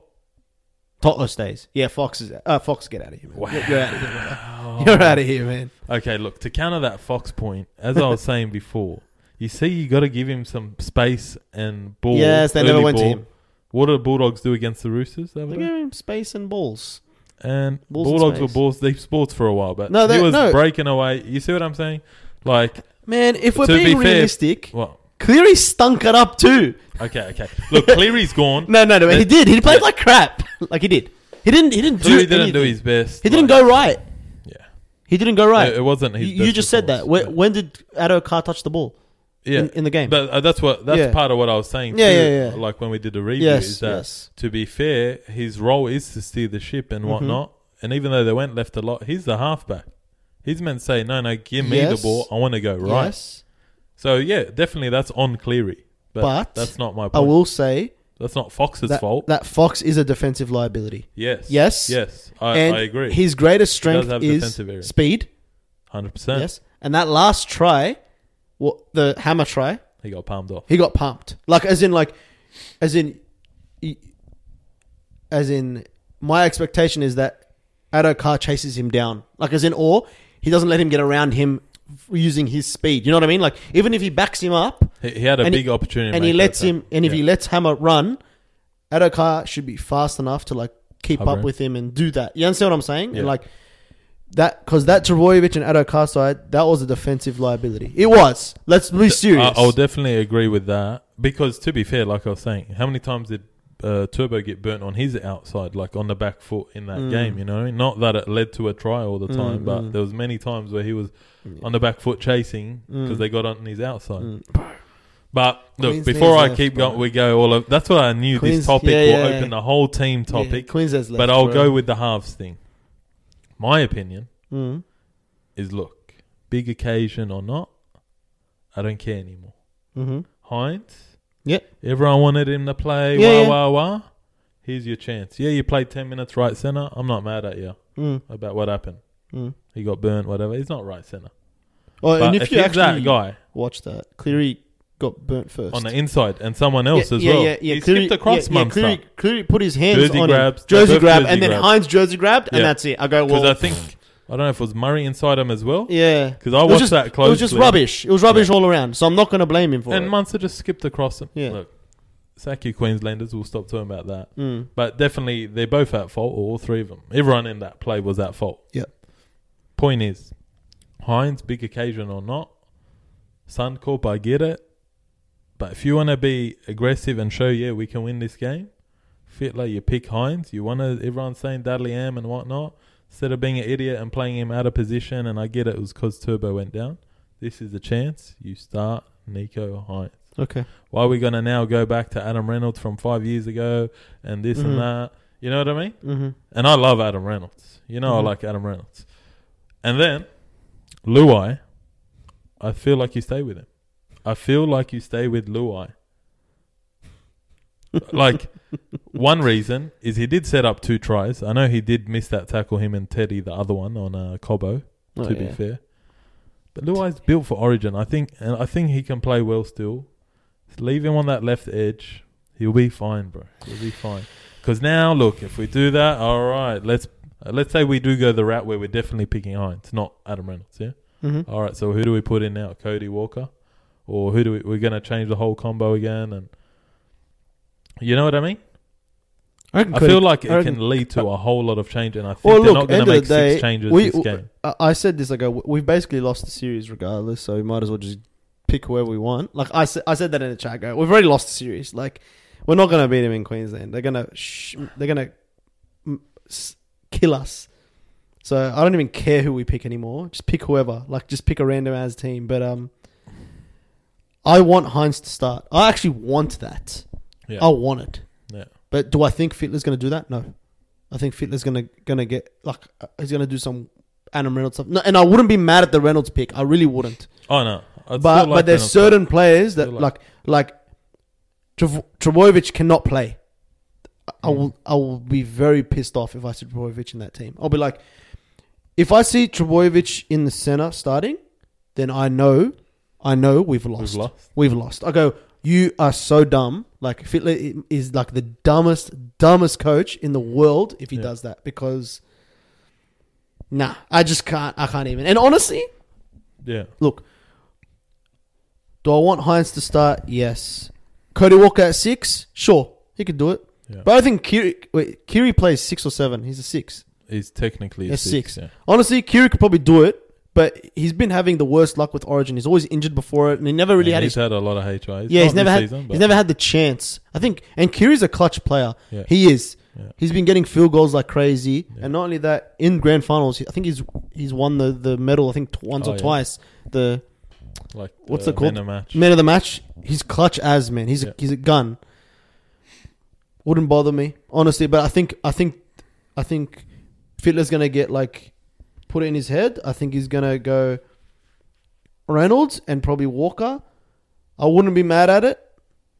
A: Totler stays. Yeah, Fox is. Uh, Fox, get out of here. Man.
B: Wow.
A: You're, you're out of here. Man. You're out of here, man.
B: Oh. Okay, look, to counter that Fox point, as I was saying before, you see, you got to give him some space and ball.
A: yes, they
B: early
A: never went
B: ball.
A: to him.
B: What do the Bulldogs do against the Roosters? the other
A: They
B: day?
A: gave him space and balls.
B: And
A: Balls in
B: Bulldogs were
A: space.
B: balls deep sports for a while, but
A: No, they-
B: he was
A: no.
B: breaking away. You see what I'm saying? Like,
A: Man, if we're
B: To be
A: being
B: fair-
A: realistic,
B: well,
A: Cleary stunk it up too.
B: okay, okay. Look, Cleary's gone.
A: No, no, no. He
B: But-
A: did. He played
B: Yeah.
A: like crap. Like he did. He didn't. He didn't do.
B: Cleary didn't do
A: anything.
B: his best.
A: He didn't
B: like,
A: go right.
B: Yeah.
A: He didn't go right.
B: It, it wasn't his
A: you you
B: best
A: just said that.
B: performance,
A: When, when did Ado Carr touch the ball
B: but- yeah.
A: in, in the game?
B: But uh, that's what that's
A: Yeah.
B: part of what I was saying.
A: Yeah,
B: too,
A: yeah, yeah.
B: Like when we did the review, is
A: yes,
B: that
A: yes.
B: to be fair, his role is to steer the ship and
A: Mhm.
B: whatnot. And even though they went left a lot, he's the halfback. He's meant to say, no, no, give me
A: Yes.
B: the ball. I want to go right.
A: Yes.
B: So, yeah, definitely that's on Cleary. But,
A: But
B: that's not my
A: I
B: point.
A: will say
B: that's not Fox's
A: that,
B: fault.
A: that Fox is a defensive liability.
B: yes.
A: Yes.
B: Yes. I,
A: and
B: I agree.
A: his greatest
B: does
A: strength
B: have
A: is
B: defensive area.
A: speed.
B: 100%.
A: Yes. And that last try, what the hammer try,
B: He got palmed off.
A: he got pumped. Like as in like as in he- as in my expectation is that Ado Carr chases him down. Like as in or he doesn't let him get around him f- using his speed. You know what I mean? Like even if he backs him up,
B: He, he had a
A: And he-
B: big opportunity. to
A: and he
B: make
A: lets
B: that
A: him, and if
B: Yeah.
A: he lets Hammer run, Adokar should be fast enough to like keep
B: Cover
A: up
B: him.
A: with him and do that. You understand what I'm saying?
B: Yeah.
A: And like that, because that Travojevic and Adokar side, that was a defensive liability. It was. Let's
B: uh,
A: be serious.
B: I, I'll definitely agree with that because, to be fair, like I was saying, how many times did uh, Turbo get burnt on his outside, like on the back foot in that
A: Mm.
B: game? You know, not that it led to a try all the
A: Mm,
B: time, but
A: mm.
B: there was many times where he was
A: Yeah.
B: on the back foot chasing because
A: Mm.
B: they got on his outside.
A: Mm.
B: But look,
A: Queensland's
B: before I
A: left,
B: keep
A: bro.
B: going, we go all of. That's what I knew
A: Queens-
B: this topic
A: yeah,
B: will
A: yeah.
B: open the whole team topic.
A: Yeah, Queens has left,
B: but I'll
A: bro.
B: go with the halves thing. My opinion
A: Mm.
B: is look, big occasion or not, I don't care anymore.
A: Mm-hmm.
B: Heinz.
A: Yep.
B: Everyone wanted him to play.
A: Yeah,
B: wah,
A: yeah.
B: wah, wah. Here's your chance. Yeah, you played 10 minutes right center. I'm not mad at you
A: Mm.
B: about what happened.
A: Mm.
B: He got burnt, whatever. He's not right center.
A: Oh,
B: But
A: and if,
B: if,
A: you
B: he's
A: actually
B: that guy
A: watch that, Cleary got burnt first.
B: on the inside and someone else as
A: yeah,
B: well,
A: Yeah, yeah,
B: he
A: Cleary-
B: skipped across
A: yeah, yeah,
B: Munster.
A: Cleary, Cleary put his hands
B: Jersey
A: on
B: grabs,
A: him.
B: they're
A: Jersey
B: both
A: grab,
B: jersey
A: and then
B: grabs.
A: Heinz jersey grabbed, and
B: Yeah.
A: that's it. I go,
B: Because
A: well,
B: I think I don't know if it was Murray inside him as well.
A: yeah.
B: Because I
A: It was
B: watched
A: just,
B: that
A: it
B: closely.
A: was just rubbish. It was rubbish all around. So I'm not going to blame him for
B: And
A: it.
B: Munster just skipped across him.
A: Yeah.
B: Look, Saki Queenslanders will stop talking about that.
A: Mm.
B: But definitely, they're both at fault, or all three of them. Everyone in that play was at fault.
A: Yeah.
B: Point is, Hines, big occasion or not, Suncorp, I get it. But if you want to be aggressive and show, yeah, we can win this game, Fitler, you pick Hines. You want to, everyone's saying Dudley Am and whatnot. Instead of being an idiot and playing him out of position, and I get it, it was because Turbo went down. This is the chance. You start Nico Hines.
A: Okay.
B: Why are we going to now go back to Adam Reynolds from five years ago and this
A: Mhm.
B: and that? You know what I mean?
A: Mm-hmm.
B: And I love Adam Reynolds. You know,
A: Mhm.
B: I like Adam Reynolds. And then Luai, I feel like you stay with him. I feel like you stay with Luai. like one reason is he did set up two tries. I know he did miss that tackle him and Teddy the other one on uh, Cobo
A: Oh,
B: to be fair. But Luai's built for Origin. I think, and I think he can play well still. Just leave him on that left edge. He'll be fine, bro. He'll be fine. Because now, look, if we do that, all right. Let's uh, let's say we do go the route where we're definitely picking Hines, not Adam Reynolds. Yeah.
A: Mm-hmm.
B: All right. So who do we put in now? Cody Walker, or who do we? We're gonna change the whole combo again, and you know what I mean.
A: I, reckon
B: I
A: Cody-
B: feel like
A: I
B: it
A: reckon-
B: can lead to a whole lot of change, and I think
A: Well,
B: they're
A: look,
B: not gonna
A: end of
B: make
A: the day,
B: six changes
A: we-
B: this game.
A: I I said this. I go. We've basically lost the series regardless, so we might as well just pick whoever we want. Like I, sa- I said that in the chat. I Go. We've already lost the series. Like we're not going to beat them in Queensland. They're gonna. Sh- they're gonna mm, s- kill us. So I don't even care who we pick anymore. Just pick whoever. Like just pick a random ass team. But um, I want Heinz to start. I actually want that.
B: Yeah.
A: I want it.
B: Yeah.
A: But do I think Fitler's going to do that? No. I think Fitler's going to going to get like uh, he's going to do some Adam Reynolds stuff. No, and I wouldn't be mad at the Reynolds pick. I really wouldn't.
B: Oh no. I'd
A: but
B: still like
A: but there's
B: Reynolds,
A: certain players that
B: Still
A: like
B: like-
A: like, Trev- Trebojevic cannot play. I will
B: Hmm.
A: I will be very pissed off if I see Trebojevic in that team. I'll be like, if I see Trebojevic in the center starting, then I know, I know we've
B: but
A: lost
B: We've lost.
A: we've lost. I go, you are so dumb. Like Fitler is like the dumbest, dumbest coach in the world if he
B: Yeah.
A: does that because, nah, I just can't. I can't even. And honestly,
B: Yeah.
A: look, do I want Heinz to start? Yes. Cody Walker at six, sure, he could do it.
B: Yeah.
A: But I think Kiri, wait, Kiri plays six or seven. He's a six.
B: He's technically a
A: Yes,
B: six. Yeah.
A: Honestly, Kiri could probably do it. But he's been having the worst luck with Origin. He's always injured before it, and he never really
B: And
A: had his
B: he's had a lot of HIs.
A: yeah,
B: Not
A: he's never
B: this
A: had
B: season, but-
A: he's never had the chance. I think, and Kiri's a clutch player.
B: Yeah.
A: He is.
B: Yeah.
A: He's been getting field goals like crazy,
B: Yeah.
A: and not only that, in grand finals, I think he's he's won the, the medal. I think t- once
B: Oh,
A: or
B: yeah.
A: twice. The
B: like
A: what's
B: the
A: it called?
B: Man of match.
A: man of the match. He's clutch as man. He's
B: Yeah.
A: a, he's a gun. Wouldn't bother me honestly, but I think I think I think Fiddler's gonna get like put it in his head. I think he's gonna go Reynolds and probably Walker. I wouldn't be mad at it.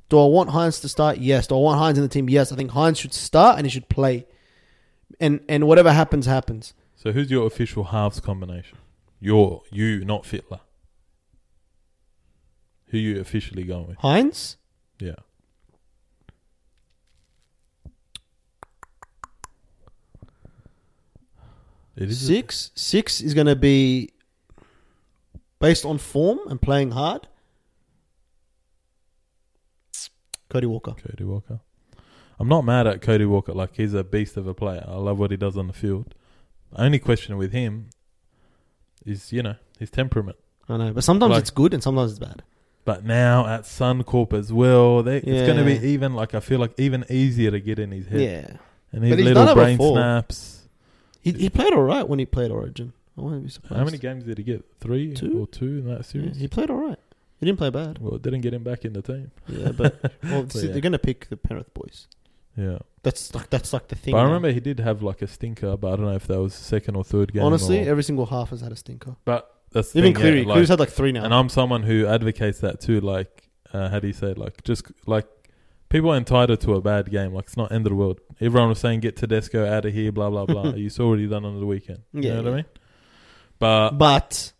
A: Do I want Hines to start? Yes. Do I want Hines in the team? Yes. I think Hines should start and he should play. And and whatever happens, happens.
B: So who's your official halves combination? Your you, not Fitler. Who you officially going with?
A: Hines?
B: Yeah. It is a-
A: Six. Six is going to be based on form and playing hard. Cody Walker.
B: Cody Walker. I'm not mad at Cody Walker. Like he's a beast of a player. I love what he does on the field. Only question with him is you know his temperament.
A: I know, but sometimes
B: Like-
A: it's good and sometimes it's bad.
B: But now at Suncorp as well, they, it's going to
A: Yeah.
B: be even like I feel like even easier to get in his head.
A: Yeah,
B: And his
A: But he's done
B: little
A: it
B: brain
A: before.
B: snaps.
A: he, he played all right when he played Origin. I wouldn't be surprised.
B: How many games did he get? Three
A: Two?
B: or two in that
A: Yeah,
B: series?
A: he played all right. He didn't play bad.
B: Well, it didn't get him back in the team.
A: Yeah, but well,
B: So,
A: see,
B: yeah.
A: they're going to pick the Penrith boys.
B: Yeah.
A: That's like that's like the thing.
B: But I
A: now.
B: remember he did have like a stinker, but I don't know if that was second or third game.
A: honestly,
B: or-
A: every single half has had a stinker.
B: But that's the
A: Even
B: thing, yeah,
A: Cleary,
B: like-
A: Cleary's had like three now.
B: and I'm someone who advocates that too. Like, uh, how do you say? it? Like, just like people are entitled to a bad game. Like, it's not end of the world. Everyone was saying get Tedesco out of here, blah blah blah. it's already done on the weekend. you
A: Yeah,
B: know what
A: yeah.
B: I mean? But
A: but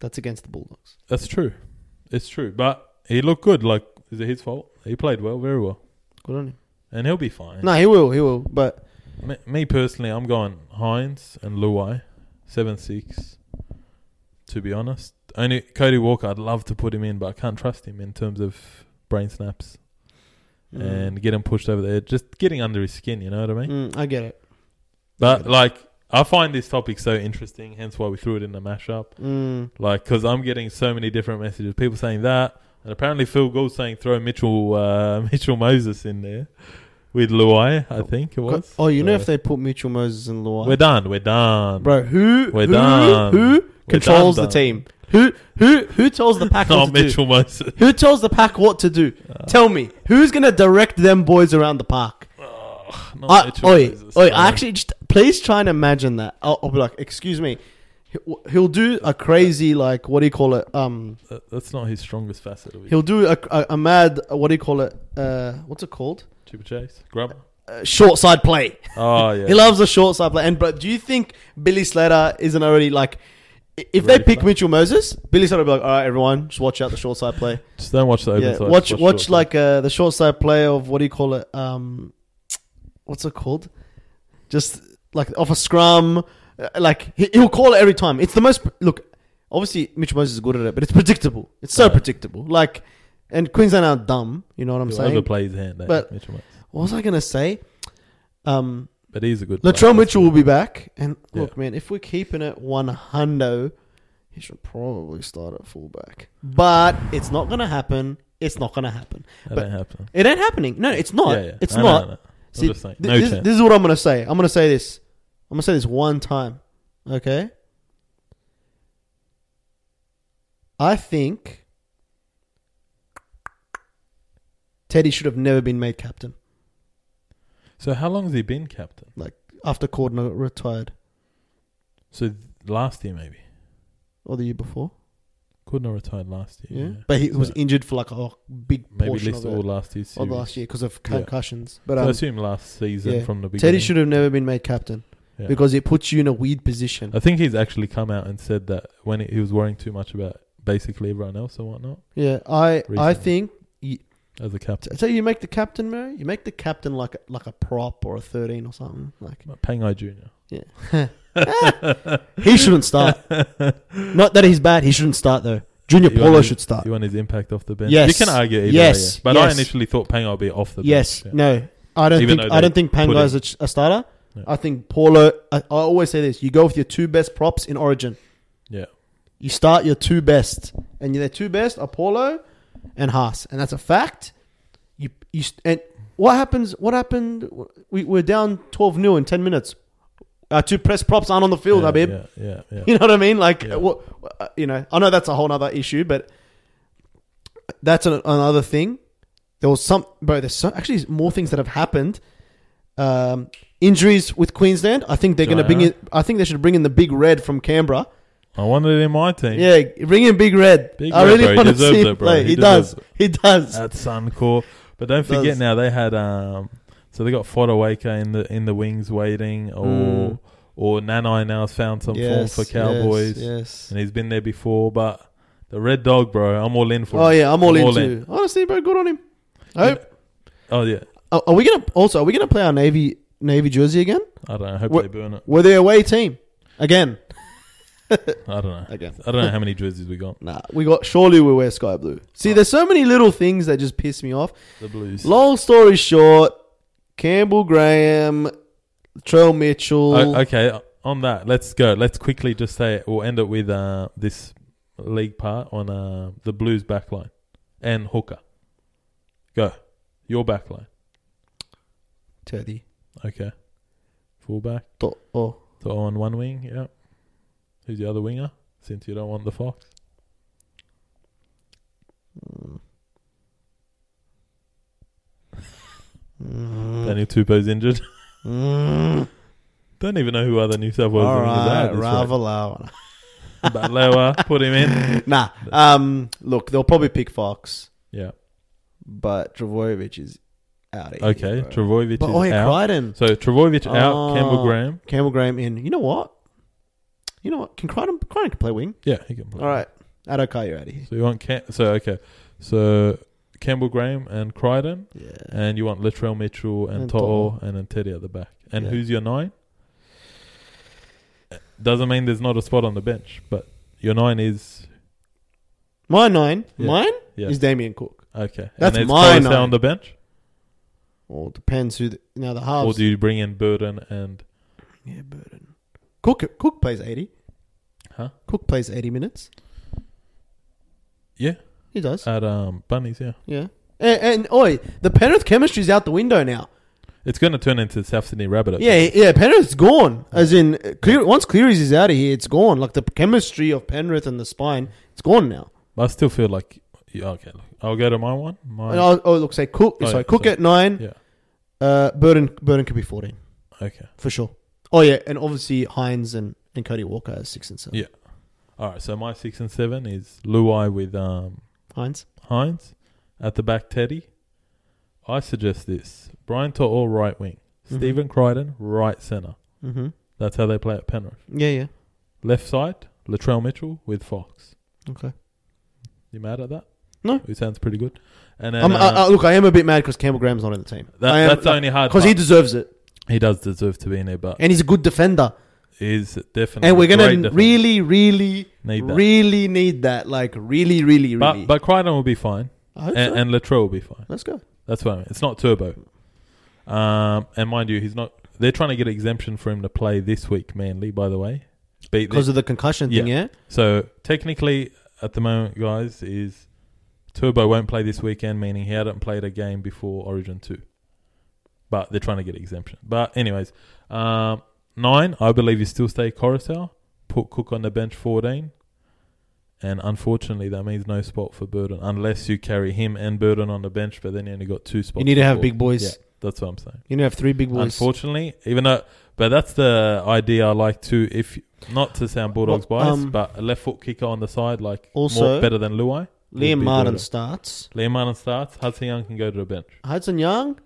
A: that's against the Bulldogs.
B: that's true. It's true. But he looked good. Like, is it his fault? He played well, very well,
A: Good on him.
B: and he'll be fine.
A: No, he will. He will. But
B: Me, me personally, I'm going Hines and Luai, seven six. To be honest, only Cody Walker. I'd love to put him in, but I can't trust him in terms of brain snaps
A: mm,
B: and getting pushed over the edge, just getting under his skin. You know what I mean?
A: mm, I get it.
B: But like, I find this topic so interesting. Hence why we threw it in the mashup.
A: Mm,
B: Like, because I'm getting so many different messages. People saying that, and apparently Phil Gould saying throw Mitchell uh, Mitchell Moses in there with Luai. I think it was.
A: oh, you know
B: So-
A: if they put Mitchell Moses and Luai,
B: we're done. We're done.
A: bro, who
B: We're
A: who,
B: done.
A: who controls
B: done,
A: the
B: done.
A: team? Who who who tells the pack
B: Not
A: what to do?
B: Mitchell Uh, Moses.
A: Who tells the pack what to do? Tell me, who's gonna direct them boys around the park?
B: Oh, not
A: I,
B: Mitchell
A: oi,
B: Moses,
A: oi,
B: no.
A: I actually just please try and imagine that. I'll, I'll be like, excuse me. He'll- He'll do a crazy like what do you call it? Um,
B: That- that's not his strongest facet. Of
A: he'll do a, a, a mad what do you call it? Uh, what's it called?
B: Chipper Chase, Grubber.
A: Uh, short side play.
B: Oh yeah,
A: He loves the short side play. And but do you think Billy Slater isn't already like? i- If they
B: Ready for
A: pick
B: that?
A: Mitchell Moses, Billy Slater will be like, all right, everyone, just watch out the short side play.
B: Just don't watch the open
A: yeah,
B: side.
A: watch
B: just
A: watch,
B: short side.
A: like uh, the short side play of what do you call it? Um, what's it called? Just like off a scrum, uh, like he, he'll call it every time. It's the most look. Obviously, Mitch Moses is good at it, but it's predictable. It's so
B: Yeah.
A: predictable. Like, and Queensland are dumb. You know what I'm
B: He'll
A: saying?
B: overplay his hand. eh,
A: But-
B: Mitchell Moses.
A: What was I gonna say? Um,
B: but he's a good. player.
A: Latrell Mitchell will be back, and
B: Yeah.
A: look, man, if we're keeping it one hundo, he should probably start at fullback. But it's not gonna happen. It's not gonna happen.
B: That
A: but-
B: ain't happening.
A: It ain't happening. No, it's not.
B: Yeah, yeah.
A: It's
B: I know,
A: not.
B: I know.
A: See,
B: I'm just saying.
A: th-
B: No
A: this,
B: chance.
A: this is what I'm gonna say. I'm gonna say this. I'm gonna say this one time. Okay. I think Teddy should have never been made captain
B: So how long has he been captain?
A: after Cordner retired
B: So th- last year maybe.
A: or the year before.
B: Couldn't have retired last
A: Yeah.
B: year.
A: But he was
B: So
A: injured for like a big
B: maybe
A: portion
B: list
A: of
B: all
A: it,
B: last year's
A: of
B: series.
A: last year because of
B: Yeah.
A: concussions. But
B: So I
A: um,
B: assume last season
A: yeah.
B: from the beginning.
A: Teddy should have never been made captain
B: Yeah.
A: because it puts you in a weird position.
B: I think he's actually come out and said that when he, he was worrying too much about basically everyone else and whatnot
A: Yeah, I I
B: Recently.
A: think
B: as a captain.
A: So you make the captain, Mary. You make the captain like a, like a prop or a thirteen or something. Like
B: Pangai Junior.
A: he shouldn't start. Not that he's bad. He shouldn't start though. Junior
B: You
A: Paulo
B: want-
A: should start.
B: You want his impact off the bench?
A: Uh, Yes.
B: You can argue either
A: Yes.
B: way, yeah. But I
A: Yes.
B: initially thought Pangai would be off the
A: Yes.
B: bench. yeah.
A: No. I don't
B: Even
A: think
B: though
A: I
B: they
A: don't think
B: put
A: Panga is a, ch- a starter.
B: No.
A: I think Paulo. I, I always say this: you go with your two best props in Origin.
B: Yeah.
A: You start your two best, and your two best are Paulo and Haas, and that's a fact. You you st- and what happens? What happened? We we're down twelve 0 in ten minutes. Our two press props aren't on the field,
B: yeah,
A: Habib.
B: Yeah, yeah, yeah.
A: You know what I mean? Like,
B: Yeah.
A: what, uh, you know, I know that's a whole other issue, but that's an, another thing. There was some, bro. There's so, actually more things that have happened. Um, injuries with Queensland. I think they're going to bring in.
B: Diana.
A: I think they should bring in the big red from Canberra.
B: I wanted it in my team.
A: Yeah, bring in big red.
B: Big
A: I
B: Red,
A: really
B: bro. He
A: want to
B: deserves
A: see him
B: it, bro.
A: play. He,
B: He
A: does.
B: deserves
A: He does.
B: At Suncorp. But don't
A: Does.
B: forget now they had um so they got Fodawaka in the in the wings waiting or
A: Mm.
B: or Nanai now's found some
A: Yes,
B: form for Cowboys.
A: Yes. yes.
B: And he's been there before, but the red dog, bro, I'm all in for
A: Oh
B: him.
A: yeah, I'm all
B: I'm
A: in
B: all
A: too. Honestly, bro, good on him. I hope.
B: Oh yeah.
A: Are are we gonna also? Are we gonna play our navy navy jersey again?
B: I don't know. I hope
A: What-
B: they burn it.
A: Were they away team again?
B: I don't know.
A: Again.
B: I don't know how many jerseys we got.
A: Nah, we got. Surely we wear sky blue. See, there's so many little things that just piss me off.
B: The blues.
A: Long story short, Campbell Graham, Trell Mitchell.
B: O- okay, on that, let's go. Let's quickly just say we'll end it with uh, this league part on uh, the Blues backline and Hooker. Go, your backline.
A: Teddy.
B: Okay, fullback
A: To- oh,
B: to on one wing. Yeah, who's the other winger? Since you don't want the fox,
A: Mm.
B: Daniel Tupou's injured.
A: Mm.
B: don't even know who other New South Wales
A: All
B: wingers
A: right,
B: are. at
A: Ravelau.
B: this rate. Balewa, put him in.
A: Nah. Um, look, they'll probably pick Fox,
B: Yeah.
A: but Travojevic is out. Of here,
B: Okay.
A: bro.
B: Travojevic
A: but
B: is
A: oh, yeah,
B: out.
A: Crichton.
B: So Travojevic out.
A: Oh.
B: Campbell Graham.
A: Campbell Graham in. You know what? You know what? Can Crichton? Crichton can play wing.
B: Yeah, he can play.
A: All right. Adokai, you're out of here.
B: So you want Cam- so okay. So Campbell Graham and Crichton,
A: Yeah.
B: and you want Latrell Mitchell and,
A: And
B: To'o, and then Teddy at the back. And
A: Yeah.
B: who's your nine? Doesn't mean there's not a spot on the bench, but your nine is
A: My nine.
B: Yeah.
A: Mine
B: yeah
A: is Damien Cook.
B: okay.
A: That's
B: and is
A: my
B: Coruscant
A: nine.
B: on the bench,
A: Well, depends who. The, now the
B: or
A: halves.
B: do you bring in Burden and
A: yeah, Burden. Cook. Cook plays eighty.
B: huh
A: Cook plays eighty minutes.
B: Yeah.
A: He does.
B: at um Bunnies? Yeah,
A: yeah. And, and oi, the Penrith chemistry's out the window now.
B: it's going to turn into South Sydney Rabbit.
A: Yeah, yeah. Penrith's gone. As in, uh, clear, once Cleary's is out of here, it's gone. Like the chemistry of Penrith and the spine, it's gone now.
B: I still feel like yeah, okay. Look, I'll go to my one. My
A: And I'll, oh, look, say Cook.
B: Oh,
A: sorry,
B: yeah,
A: Cook
B: so-
A: at nine.
B: yeah.
A: Uh, Burden Burden could be fourteen
B: okay.
A: for sure. Oh yeah, and obviously Hines and, and Cody Walker are six and seven.
B: Yeah. All right, so my six and seven is Luai with um,
A: Hines.
B: Hines at the back. Teddy, I suggest this: Brian To'o right wing,
A: Mhm.
B: Stephen Crichton right center.
A: Mm-hmm.
B: That's how they play at Penrith.
A: Yeah, yeah.
B: Left side, Latrell Mitchell with Fox.
A: Okay.
B: You mad at that?
A: No.
B: It sounds pretty good. And then,
A: I'm,
B: uh,
A: I, I, look, I am a bit mad because Campbell Graham's not in the team.
B: that-
A: I am,
B: that's the only hard
A: because he
B: part.
A: deserves it,
B: He does deserve to be in there, but
A: and he's a good defender.
B: is definitely
A: And we're
B: a great
A: gonna
B: defender.
A: really, really,
B: need that.
A: really need that. Like really, really, really.
B: but but Crichton will be fine,
A: I hope
B: and,
A: so.
B: and Latrell will be fine.
A: Let's go.
B: That's what I mean. It's not turbo. Um, and mind you, he's not. They're trying to get exemption for him to play this week, Manly. By the way, beat them.
A: Because of the concussion thing, yeah?
B: So technically, at the moment, guys, is Turbo won't play this weekend, meaning he hadn't played a game before Origin Two. But they're trying to get exemption. But anyways, um, nine, I believe you still stay Coruscant. Put Cook on the bench, fourteen. And unfortunately, that means no spot for Burden unless you carry him and Burden on the bench. But then you only got two spots.
A: You need to have
B: for-
A: big boys.
B: Yeah, that's what I'm saying.
A: You need to have three big boys.
B: Unfortunately, even though, but that's the idea I like to, if not to sound Bulldogs
A: Well,
B: biased,
A: um,
B: but a left foot kicker on the side, like
A: Also-
B: more better than Luai. would be
A: Liam Martin
B: better.
A: starts.
B: Liam Martin starts. Hudson Young can go to the bench.
A: Hudson Young,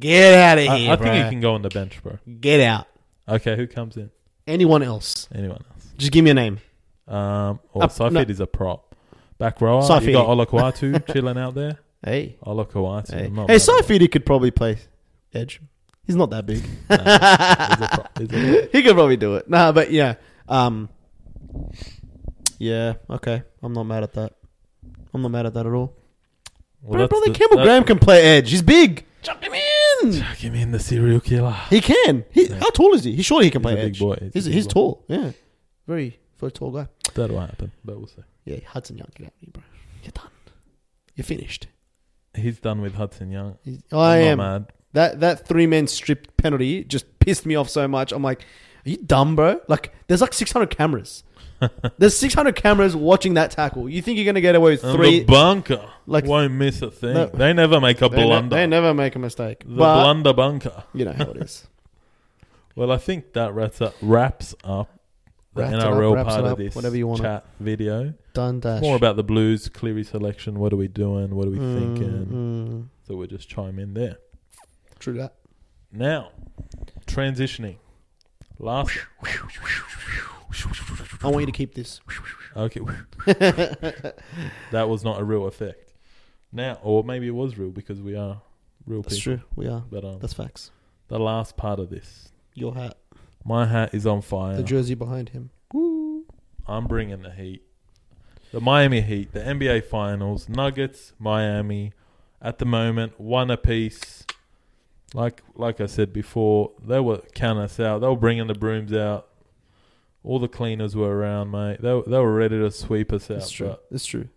A: get out of
B: I,
A: here.
B: I think
A: bruh.
B: he can go on the bench, bro.
A: Get out.
B: Okay, who comes in?
A: Anyone else?
B: Anyone else?
A: Just give me a name.
B: Um, or
A: Up-
B: Saifid
A: no.
B: is a prop. Back rower.
A: Saifidi.
B: You got Olakwatu chilling out there.
A: Hey.
B: Olakwatu.
A: Hey,
B: not
A: hey
B: bad.
A: Saifidi could probably play edge. He's not that big.
B: Nah, he's a prop. He's a prop.
A: he could probably do it. Nah, but yeah. Um, yeah, okay. I'm not mad at that. I'm not mad at that at all.
B: Well,
A: Bro,
B: that's
A: brother
B: the-
A: Campbell
B: that-
A: Graham can play edge. He's big. Chuck him in.
B: Chuck him in the serial killer.
A: He can. He,
B: Yeah.
A: How tall is he? He's surely he can
B: He's
A: play
B: a big
A: edge.
B: boy.
A: He's,
B: a
A: he's,
B: big boy.
A: tall. Yeah. Very, very tall guy.
B: That will happen, but we'll see.
A: Yeah, Hudson Young, get out of here, bro. You're done. You're finished.
B: He's done with Hudson Young.
A: He's- I
B: I'm
A: am.
B: not mad.
A: That that three men stripped penalty just pissed me off so much. I'm like, are you dumb, bro? Like, there's like 600 cameras. there's 600 cameras watching that tackle. You think you're going to get away with
B: And
A: three?
B: the bunker
A: like-
B: won't miss a thing.
A: No.
B: they never make a
A: They, ne-
B: blunder.
A: they never make a mistake.
B: the
A: but
B: blunder bunker.
A: you know how it is.
B: Well, I think that wraps up, wraps up the
A: Wraps it up,
B: NRL
A: wraps
B: part
A: it
B: of
A: up,
B: this
A: whatever you wanna-
B: chat video.
A: Done dash.
B: More about the Blues, Cleary selection. What are we doing? What are we
A: Mm,
B: thinking?
A: mm,
B: So we'll just chime in there.
A: true that.
B: Now, transitioning. Last.
A: I want you to keep this.
B: Okay. that was not a real effect. Now, or maybe it was real because we are real
A: That's
B: people.
A: true. We are.
B: But um,
A: That's facts.
B: the last part of this.
A: Your hat.
B: My hat is on fire.
A: The jersey behind him.
B: I'm bringing the heat. The Miami Heat, the NBA Finals, Nuggets, Miami. At the moment, one apiece. Like like I said before, they were counting us out. They were bringing the brooms out. All the cleaners were around, mate. They were, they were ready to sweep us out.
A: That's true.
B: But
A: That's true.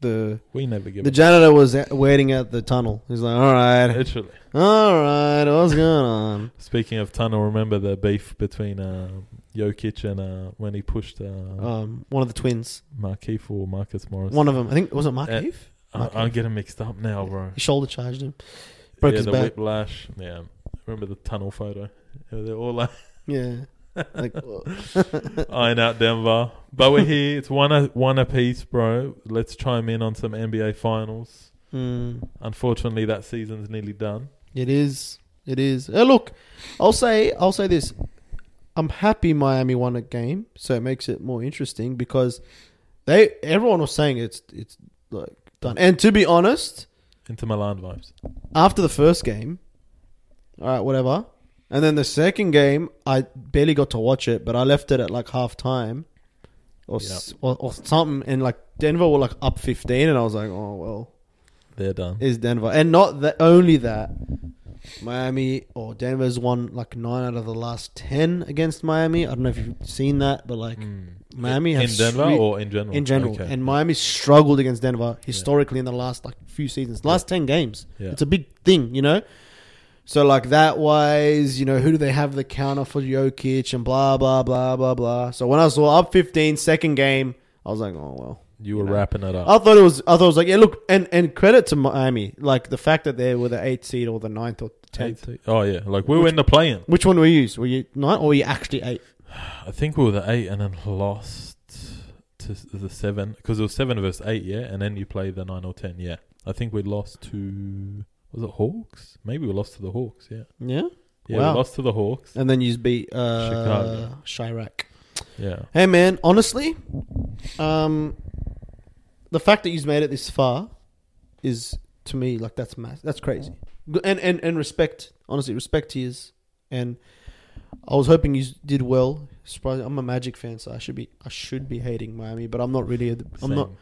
A: The
B: we never give
A: The
B: up.
A: janitor was at- waiting at the tunnel. He's like, "All right,
B: Literally.
A: all right, what's going on?"
B: Speaking of tunnel, remember the beef between um Jokic and uh, when he pushed uh,
A: Um, one of the twins,
B: Markeith or Marcus Morris?
A: one of them, I think, was it Mark
B: Uh,
A: Eve?
B: I, I'm
A: Markeith.
B: getting mixed up now, bro.
A: He shoulder charged him, broke
B: yeah,
A: his
B: the
A: back.
B: whiplash. Yeah, remember the tunnel photo? Yeah, They're all like
A: Yeah, like,
B: Oh. eyeing out Denver. But we're here. It's one a, one apiece, bro. Let's chime in on some NBA finals.
A: Mm.
B: Unfortunately, that season's nearly done.
A: It is. It is. Uh, look, I'll say. I'll say this. I'm happy Miami won a game, so it makes it more interesting because they everyone was saying it's it's like done. And to be honest,
B: Into Milan vibes.
A: after the first game, all right, whatever. And then the second game, I barely got to watch it, but I left it at like half time or, s- or or something. And like Denver were like up 15, and I was like, oh, well
B: They're done.
A: is Denver, and not that only that. Miami or Denver's won like nine out of the last ten against Miami. I don't know if you've seen that, but like
B: Mm.
A: Miami
B: in
A: has
B: Denver
A: stre-
B: or in general?
A: in general,
B: Okay.
A: and Miami struggled against Denver historically in the last like few seasons, last ten games.
B: Yeah.
A: It's a big thing, you know. So like that wise, you know, who do they have the counter for Jokic and blah blah blah blah blah. So when I saw up 15, second game, I was like, oh well.
B: you were
A: you know.
B: wrapping it up.
A: I thought it was. I thought it was like, yeah, look, and and credit to Miami, like the fact that they were the eighth seed or the ninth or tenth.
B: Eight- Oh yeah, like we were in the playing.
A: Which one were you? Were you nine or were you actually eight?
B: I think we were the eight and then lost to s- the seven because it was seven versus eight, yeah, and then you play the nine or ten, yeah. I think we lost to was it Hawks? Maybe we lost to the Hawks, yeah.
A: Yeah,
B: Yeah,
A: Wow.
B: we lost to the Hawks.
A: and then you beat uh,
B: Chicago.
A: Chirac.
B: Yeah,
A: Hey man, honestly, um, the fact that you've made it this far is to me like that's mass. That's crazy. And and and respect, honestly, respect to yous. And I was hoping you did well. Surprising, I'm a Magic fan, so I should be I should be hating Miami, but I'm not really. A, I'm
B: same
A: not. I'm-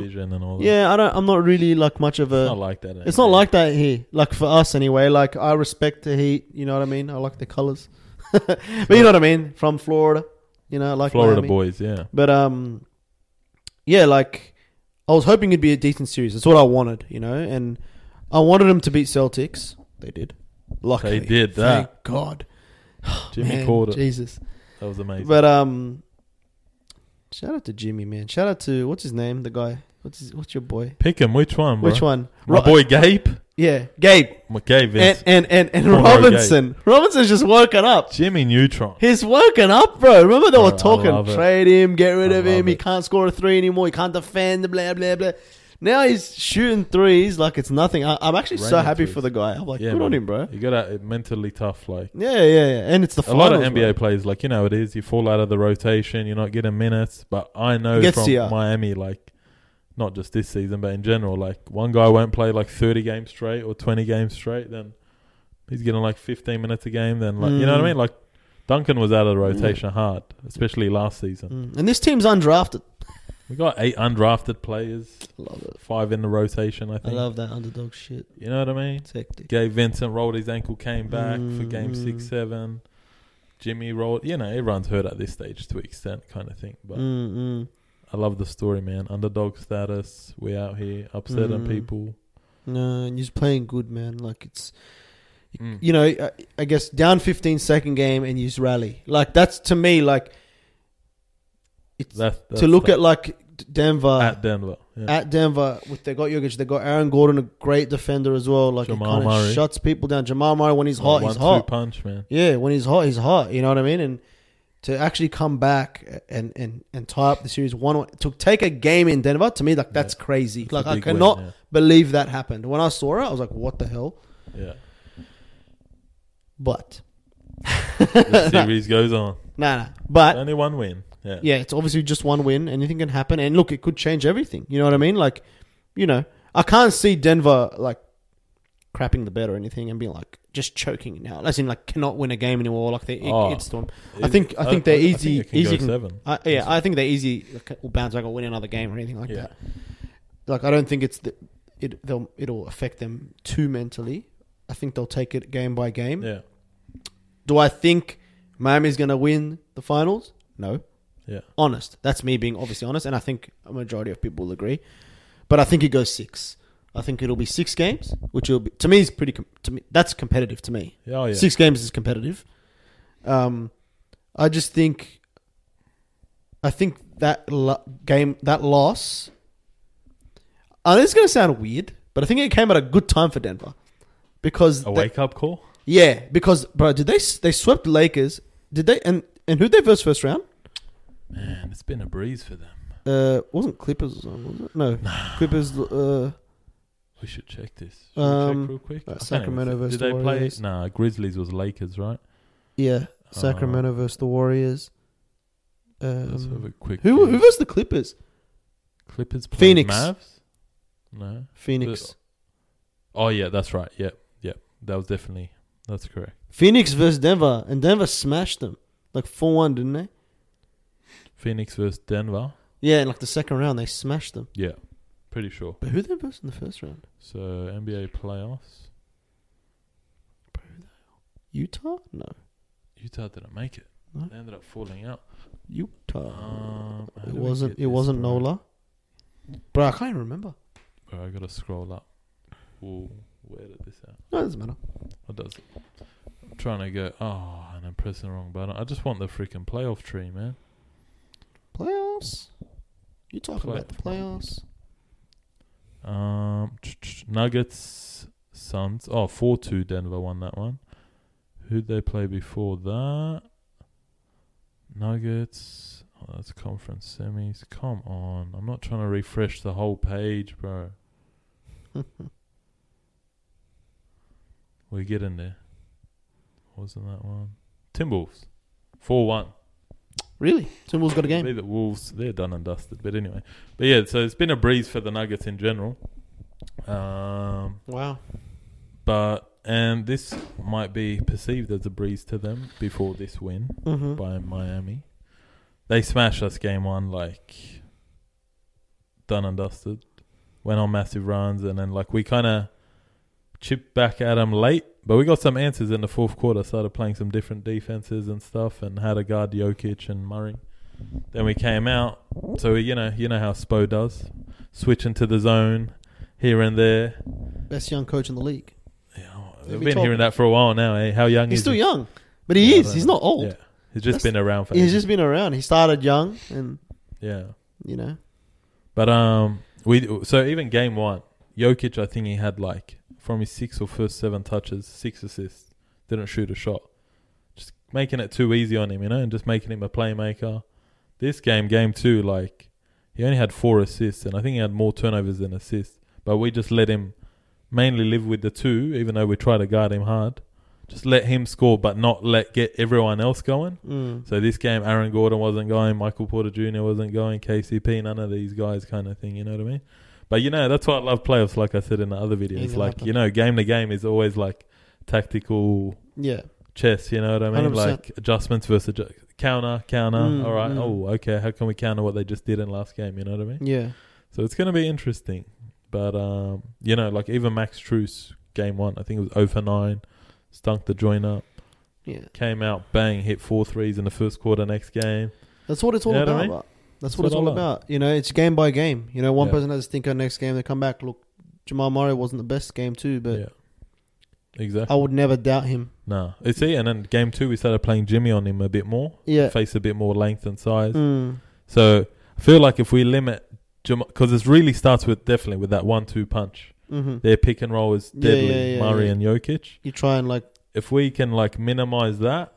B: division and all.
A: Yeah, I don't. I'm not really like much of
B: that. it's not
A: a.
B: like that.
A: It's not
B: anymore.
A: like that here. Like for us anyway. Like I respect the heat. You know what I mean. I like the colors. but you know what I mean. From Florida. You know, I like
B: Florida
A: Miami.
B: boys. Yeah,
A: But um, yeah, like I was hoping it'd be a decent series. That's what I wanted, you know. And I wanted them to beat Celtics. They did. Luckily,
B: They did
A: Thank God.
B: Jimmy
A: Oh, Man,
B: called it.
A: Jesus.
B: That was amazing.
A: But um, shout out to Jimmy, man. Shout out to what's his name, the guy. What's his, what's your boy?
B: Pick him. Which one? Bro?
A: Which one?
B: My
A: Ro- Eh,
B: boy Gabe.
A: Yeah, Gabe.
B: My Gabe
A: And
B: Vince.
A: and and, and
B: Conroy
A: Robinson. Robinson's just woken up.
B: Jimmy Neutron.
A: He's woken up, bro. Remember they
B: Bro,
A: were
B: I
A: talking
B: love it.
A: trade him, get rid
B: I
A: of him.
B: love
A: He
B: it.
A: can't score a three anymore. He can't defend. Blah blah blah. Now he's shooting threes like it's nothing. I, I'm actually so
B: Raining
A: happy
B: threes.
A: for the guy. I'm like,
B: Yeah,
A: good on
B: man.
A: him, bro.
B: You got to mentally tough. Like
A: Yeah, yeah, yeah. And it's the
B: a lot of
A: finals, bro.
B: NBA players, like you know, it is you fall out of the rotation. You're not getting minutes. But I know
A: Gets
B: from
A: to ya.
B: Miami, like not just this season, but in general, like one guy won't play like 30 games straight or 20 games straight. Then he's getting like 15 minutes a game. Then like you know what
A: Mm.
B: I mean? Like Duncan was out of the rotation hard, especially last season.
A: Mm. And this team's undrafted.
B: We got eight undrafted players,
A: Love it.
B: five in the rotation. I
A: I
B: think.
A: love that underdog shit.
B: you know what I mean?
A: It's hectic.
B: Gabe Vincent rolled his ankle, came back for game
A: Mm.
B: six, seven. Jimmy rolled. You know, everyone's hurt at this stage to extent, kind of thing. But
A: Mm, mm.
B: I love the story, man. Underdog status. We out here upsetting
A: Mm.
B: people.
A: No, and he's playing good, man. Like it's
B: Mm.
A: you know, I, I guess down 15 second game and you just rally. Like that's to me like it's
B: That's, that's
A: to look
B: the-
A: at like Denver
B: at Denver. Yeah.
A: at Denver with they got Jokic, they got Aaron Gordon, a great defender as well. Like
B: Jamal
A: he kind of
B: Murray.
A: shuts people down. Jamal Murray when he's hot,
B: One,
A: he's
B: two
A: hot.
B: punch, man.
A: Yeah, when he's hot, he's hot. You know what I mean? And to actually come back and and and tie up the series one one- to take a game in Denver to me like that's crazy.
B: It's a
A: like I
B: big win,
A: cannot believe that happened. When I saw it, I was like, what the hell?
B: Yeah.
A: But
B: yeah. the series goes on.
A: nah, nah. But
B: Only one win. Yeah.
A: yeah, it's obviously just one win. Anything can happen. And look, it could change everything. You know what I mean? Like, you know, I can't see Denver like crapping the bed or anything and being like just choking now. As in, like, cannot win a game anymore. Like, they
B: Oh.
A: it's them. I think- I think they're easy-
B: it can
A: easy
B: go
A: can-
B: seven.
A: I, yeah, I think they easy like, will bounce back or win another game or anything like
B: Yeah.
A: that. Like, I don't think it's the, it. They'll it'll affect them too mentally. I think they'll take it game by game.
B: Yeah.
A: Do I think Miami's going to win the finals? No.
B: Yeah.
A: Honest. That's me being obviously honest, and I think a majority of people will agree. But I think it goes six. I think it'll be six games, which will be to me is pretty. Com- to me, that's competitive to me.
B: Yeah. Oh, yeah.
A: Six games is competitive. Um, I just think. I think that lo- game, that loss. I it's going to sound weird, but I think it came at a good time for Denver, because
B: A
A: they-
B: wake up call.
A: yeah, because bro, did they they swept Lakers? Did they and and who they first first round?
B: Man, It's been a breeze for them.
A: Uh, wasn't Clippers or something, was it? No, Clippers. Uh,
B: We should check this. Should we
A: Um,
B: check real quick.
A: uh,
B: I can't even
A: Sacramento
B: think.
A: versus
B: Did they play?
A: Warriors.
B: Nah, Grizzlies was Lakers, right? Oh.
A: yeah, Sacramento versus the Warriors.
B: Let's have
A: Um,
B: a quick.
A: who who
B: gaze.
A: versus the Clippers?
B: Clippers played
A: Phoenix.
B: Mavs? No.
A: Phoenix.
B: Oh yeah, that's right. Yep, yep. That was definitely that's correct.
A: Phoenix versus Denver, and Denver smashed them like four one, didn't they?
B: Phoenix versus Denver.
A: Yeah, in like the second round, they smashed them.
B: Yeah, pretty sure.
A: But who they versus in the first round?
B: So NBA playoffs.
A: Utah? No,
B: Utah didn't make it.
A: No.
B: They ended up falling out.
A: Utah.
B: Um, how
A: it
B: do we
A: wasn't.
B: get
A: It
B: this,
A: wasn't
B: bro?
A: Nola. Bro, I can't even remember.
B: Bro, I gotta scroll up. Ooh, where did this out?
A: No, it doesn't matter.
B: What does it? I'm trying to go. Oh, and I'm pressing the wrong button. I just want the freaking playoff tree, man.
A: Playoffs. You talking about the
B: Play-
A: playoffs?
B: Um, Nuggets, Suns. Oh, 4 2 Denver won that one. Who'd they play before that? Nuggets. Oh, that's conference semis. Come on. I'm not trying to refresh the whole page, bro. We're getting there. Wasn't that one? Timberwolves. 4 1.
A: Really? Timberwolves got a
B: Be
A: game.
B: the Wolves, they're done and dusted. But anyway, but yeah, so it's been a breeze for the Nuggets in general. Um,
A: Wow.
B: but and this might be perceived as a breeze to them before this win
A: Mm-hmm.
B: by Miami. They smashed us game one, like done and dusted. Went on massive runs, and then like we kind of chipped back at them late, but we got some answers in the fourth quarter. Started playing some different defenses and stuff, and had a guard Jokic and Murray. Then we came out, so we, you know, you know how Spo does, switching to the zone here and there.
A: Best young coach in the league.
B: Yeah,
A: Let
B: we've
A: me
B: been
A: talk.
B: hearing that for a while now. Eh? How young
A: He's
B: is
A: still
B: he?
A: young, but he
B: Yeah, I
A: is.
B: don't
A: He's
B: know.
A: not old.
B: Yeah, he's just
A: That's-
B: been around for.
A: He's
B: ages.
A: just been around. He started young, and
B: yeah.
A: you know,
B: But um, we so even game one, Jokic, I think he had like from his six or first seven touches, six assists, didn't shoot a shot, just making it too easy on him, you know, and just making him a playmaker. This game, game two, like he only had four assists, and I think he had more turnovers than assists. But we just let him mainly live with the two, even though we try to guard him hard. Just let him score, but not let get everyone else going.
A: mm.
B: So this game, Aaron Gordon wasn't going, Michael Porter Jr. wasn't going, KCP, none of these guys, kind of thing. You know what I mean? But you know, that's why I love playoffs. Like I said in the other video, it's
A: Anything
B: like
A: happen.
B: you know, game to game is always like tactical
A: yeah,
B: chess. You know what I mean?
A: 100%.
B: Like adjustments versus adju- counter, counter.
A: Mm,
B: all right,
A: mm.
B: oh okay, how can we counter what they just did in last game? You know what I mean?
A: yeah.
B: So it's going to be interesting. But, um, you know, like even Max Truce, game one, I think it was 0 for 9, stunk the joint up,
A: Yeah,
B: came out, bang, hit four threes in the first quarter next game.
A: that's what it's all
B: You know what I
A: about.
B: mean?
A: bro. That's what it's all about. You know, it's game by game. You know, one
B: Yeah.
A: person has a stinker next game. They come back. Look, Jamal Murray wasn't the best game too, but
B: yeah. Exactly.
A: I would never doubt him.
B: No. You see, and then game two, we started playing Jimmy on him a bit more,
A: Yeah.
B: face a bit more length and size.
A: Mm.
B: So I feel like if we limit Jamal, because it really starts with definitely with that one two punch.
A: hmm
B: Their pick and roll is
A: Yeah,
B: deadly,
A: yeah, yeah,
B: Murray
A: yeah.
B: and Jokic.
A: You try and like,
B: If we can like minimize that,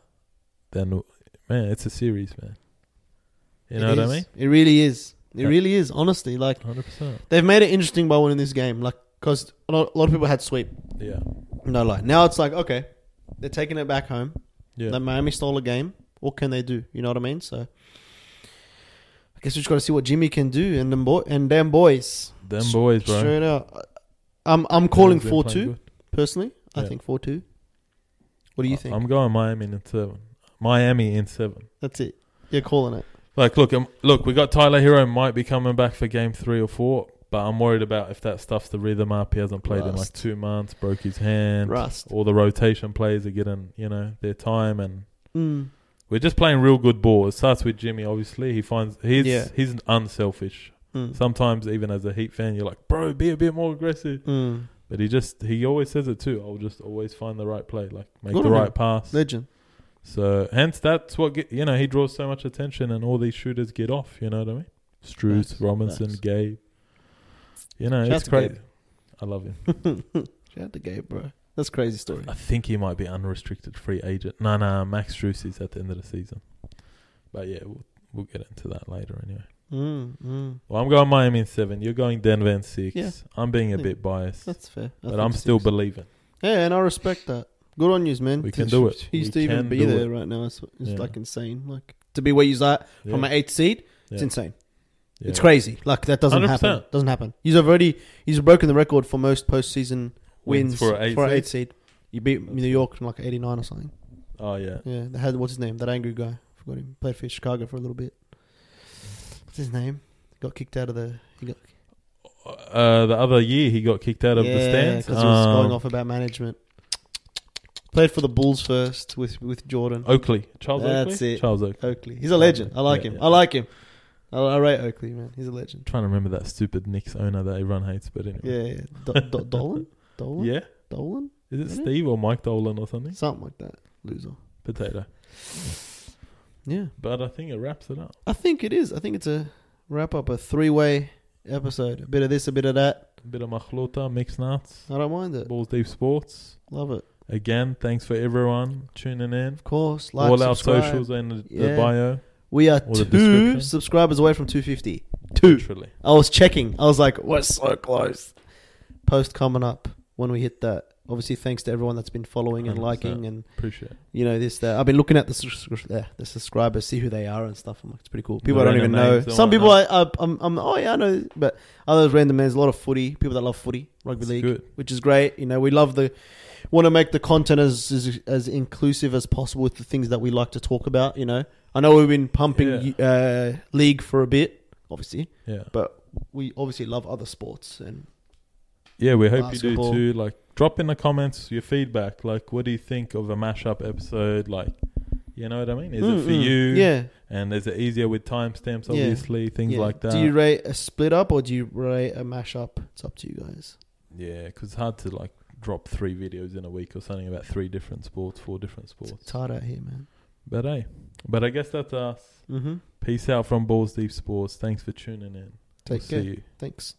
B: then man, it's a series, man. You
A: it
B: know what
A: is.
B: I mean?
A: It really is. It
B: Yeah.
A: really is. Honestly, like
B: Hundred percent.
A: they've made it interesting by winning this game. Like, cause a lot, a lot of people had sweep.
B: Yeah.
A: No lie. Now it's like, okay, they're taking it back home.
B: Yeah.
A: Like Miami stole a game. What can they do? You know what I mean? So I guess we just got to see what Jimmy can do and them boy and them boys.
B: Them boys, bro.
A: Straight out. I'm I'm calling
B: They're
A: four
B: playing
A: two
B: good.
A: personally. I
B: Yeah. Uh,
A: think four two. What do you think?
B: I'm going Miami in seven. Miami in seven.
A: That's it. You're calling it.
B: Like, look, um, look, we got Tyler Hero might be coming back for game three or four, but I'm worried about if that stuffs the rhythm up. He hasn't played in like
A: Rust.
B: two months, broke his hand.
A: Rust.
B: All the rotation players are getting, you know, their time, and
A: Mm.
B: we're just playing real good ball. It starts with Jimmy, obviously. He finds he's
A: Yeah.
B: he's unselfish.
A: Mm.
B: Sometimes, even as a Heat fan, you're like, bro, be a bit more aggressive.
A: Mm.
B: But he just he always says it too. I'll just always find the right play, like make
A: Good
B: the
A: on
B: right
A: him.
B: pass.
A: Legend.
B: So, hence that's what get, you know he draws so much attention, and all these shooters get off. You know what I mean? Struce,
A: Facts,
B: Robinson,
A: facts.
B: Gabe. You know,
A: Shout out
B: it's
A: to
B: crazy.
A: Gabe.
B: I love him.
A: Shout out to Gabe, bro. That's a crazy story.
B: I think he might be unrestricted free agent. No, no, Max Struce is at the end of the season. But yeah, we'll, we'll get into that later anyway.
A: Mm, mm.
B: Well, I'm going Miami in seven. You're going Denver in six.
A: Yeah.
B: I'm being a
A: Yeah.
B: bit biased,
A: That's fair. I
B: but
A: think
B: I'm
A: six.
B: still believing.
A: Yeah, and I respect that. Good on you, man.
B: We
A: to-
B: can do it.
A: He's
B: We
A: to even
B: can
A: be
B: do
A: there right now. It's, it's
B: Yeah.
A: like insane. Like to be where you're at
B: Yeah.
A: from an eighth seed. It's
B: Yeah.
A: insane.
B: Yeah.
A: Oh, It's crazy. Like that doesn't happen.
B: 100%.
A: Doesn't happen. He's already he's broken the record for most postseason wins,
B: Wins for an eight
A: for an
B: seed?
A: eight seed. You beat New York from like eighty nine or something.
B: Oh yeah,
A: Yeah, they had what's his name? That angry guy. Forgot him. Played for Chicago for a little bit. What's his name? Got kicked out of the. He got
B: uh, the other year he got kicked out of the stands.
A: because he was
B: Um,
A: going off about management. Played for the Bulls first with with Jordan
B: Oakley, Charles
A: That's
B: Oakley.
A: it.
B: Charles Oakley.
A: Oakley. He's a legend. I like
B: Yeah,
A: him.
B: yeah.
A: I like him. I, I rate Oakley, man. He's a legend.
B: trying to remember that stupid Knicks owner that everyone hates, but anyway.
A: Yeah, yeah. Do- Do- Dolan, Dolan,
B: Yeah.
A: Dolan,
B: Is it
A: Really?
B: Steve or Mike Dolan or something?
A: something like that. Loser.
B: Potato.
A: Yeah,
B: But I think it wraps it up.
A: I think it is. I think it's a wrap up, a three way episode. A bit of this, a bit of that.
B: A bit of machlota, mixed nuts,
A: I don't mind it.
B: balls deep sports.
A: Love it.
B: Again, thanks for everyone tuning in.
A: Of course, like,
B: All our
A: subscribe.
B: socials and the,
A: Yeah.
B: the bio.
A: We are
B: Or the
A: two
B: description.
A: subscribers away from 250. Two.
B: Literally.
A: I was checking. I was like, we're so close. Post coming up when we hit that. Obviously, thanks to everyone that's been following and
B: 100%.
A: liking and
B: Appreciate it.
A: you know this that I've been looking at the subscri- uh, the subscribers, see who they are and stuff. I'm like, it's pretty cool. People I
B: The
A: don't even
B: random
A: know.
B: names, don't
A: Some
B: wanna
A: people
B: know.
A: I, I I'm, I'm oh yeah I know, but others random names. A lot of footy people that love footy, rugby
B: It's
A: league,
B: good.
A: which is great. You know, we love the want to make the content as, as as inclusive as possible with the things that we like to talk about. You know, I know we've been pumping uh, league for a bit, obviously,
B: Yeah.
A: but we obviously love other sports and
B: Yeah, we hope
A: Basketball.
B: you do too. Like, drop in the comments your feedback. Like, what do you think of a mashup episode? Like, you know what I mean? Is it for
A: Mm, mm.
B: you?
A: Yeah,
B: And is it easier with timestamps,
A: Yeah.
B: obviously? Things
A: yeah.
B: like that.
A: Do you rate a split up or do you rate a mash up? It's up to you guys.
B: Yeah, because it's hard to like drop three videos in a week or something about three different sports, four different
A: It's
B: sports.
A: hard out here, man.
B: But hey, but I guess that's us.
A: Mm-hmm.
B: Peace out from Balls Deep Sports. Thanks for tuning in.
A: Take
B: we'll
A: care.
B: see you.
A: Thanks.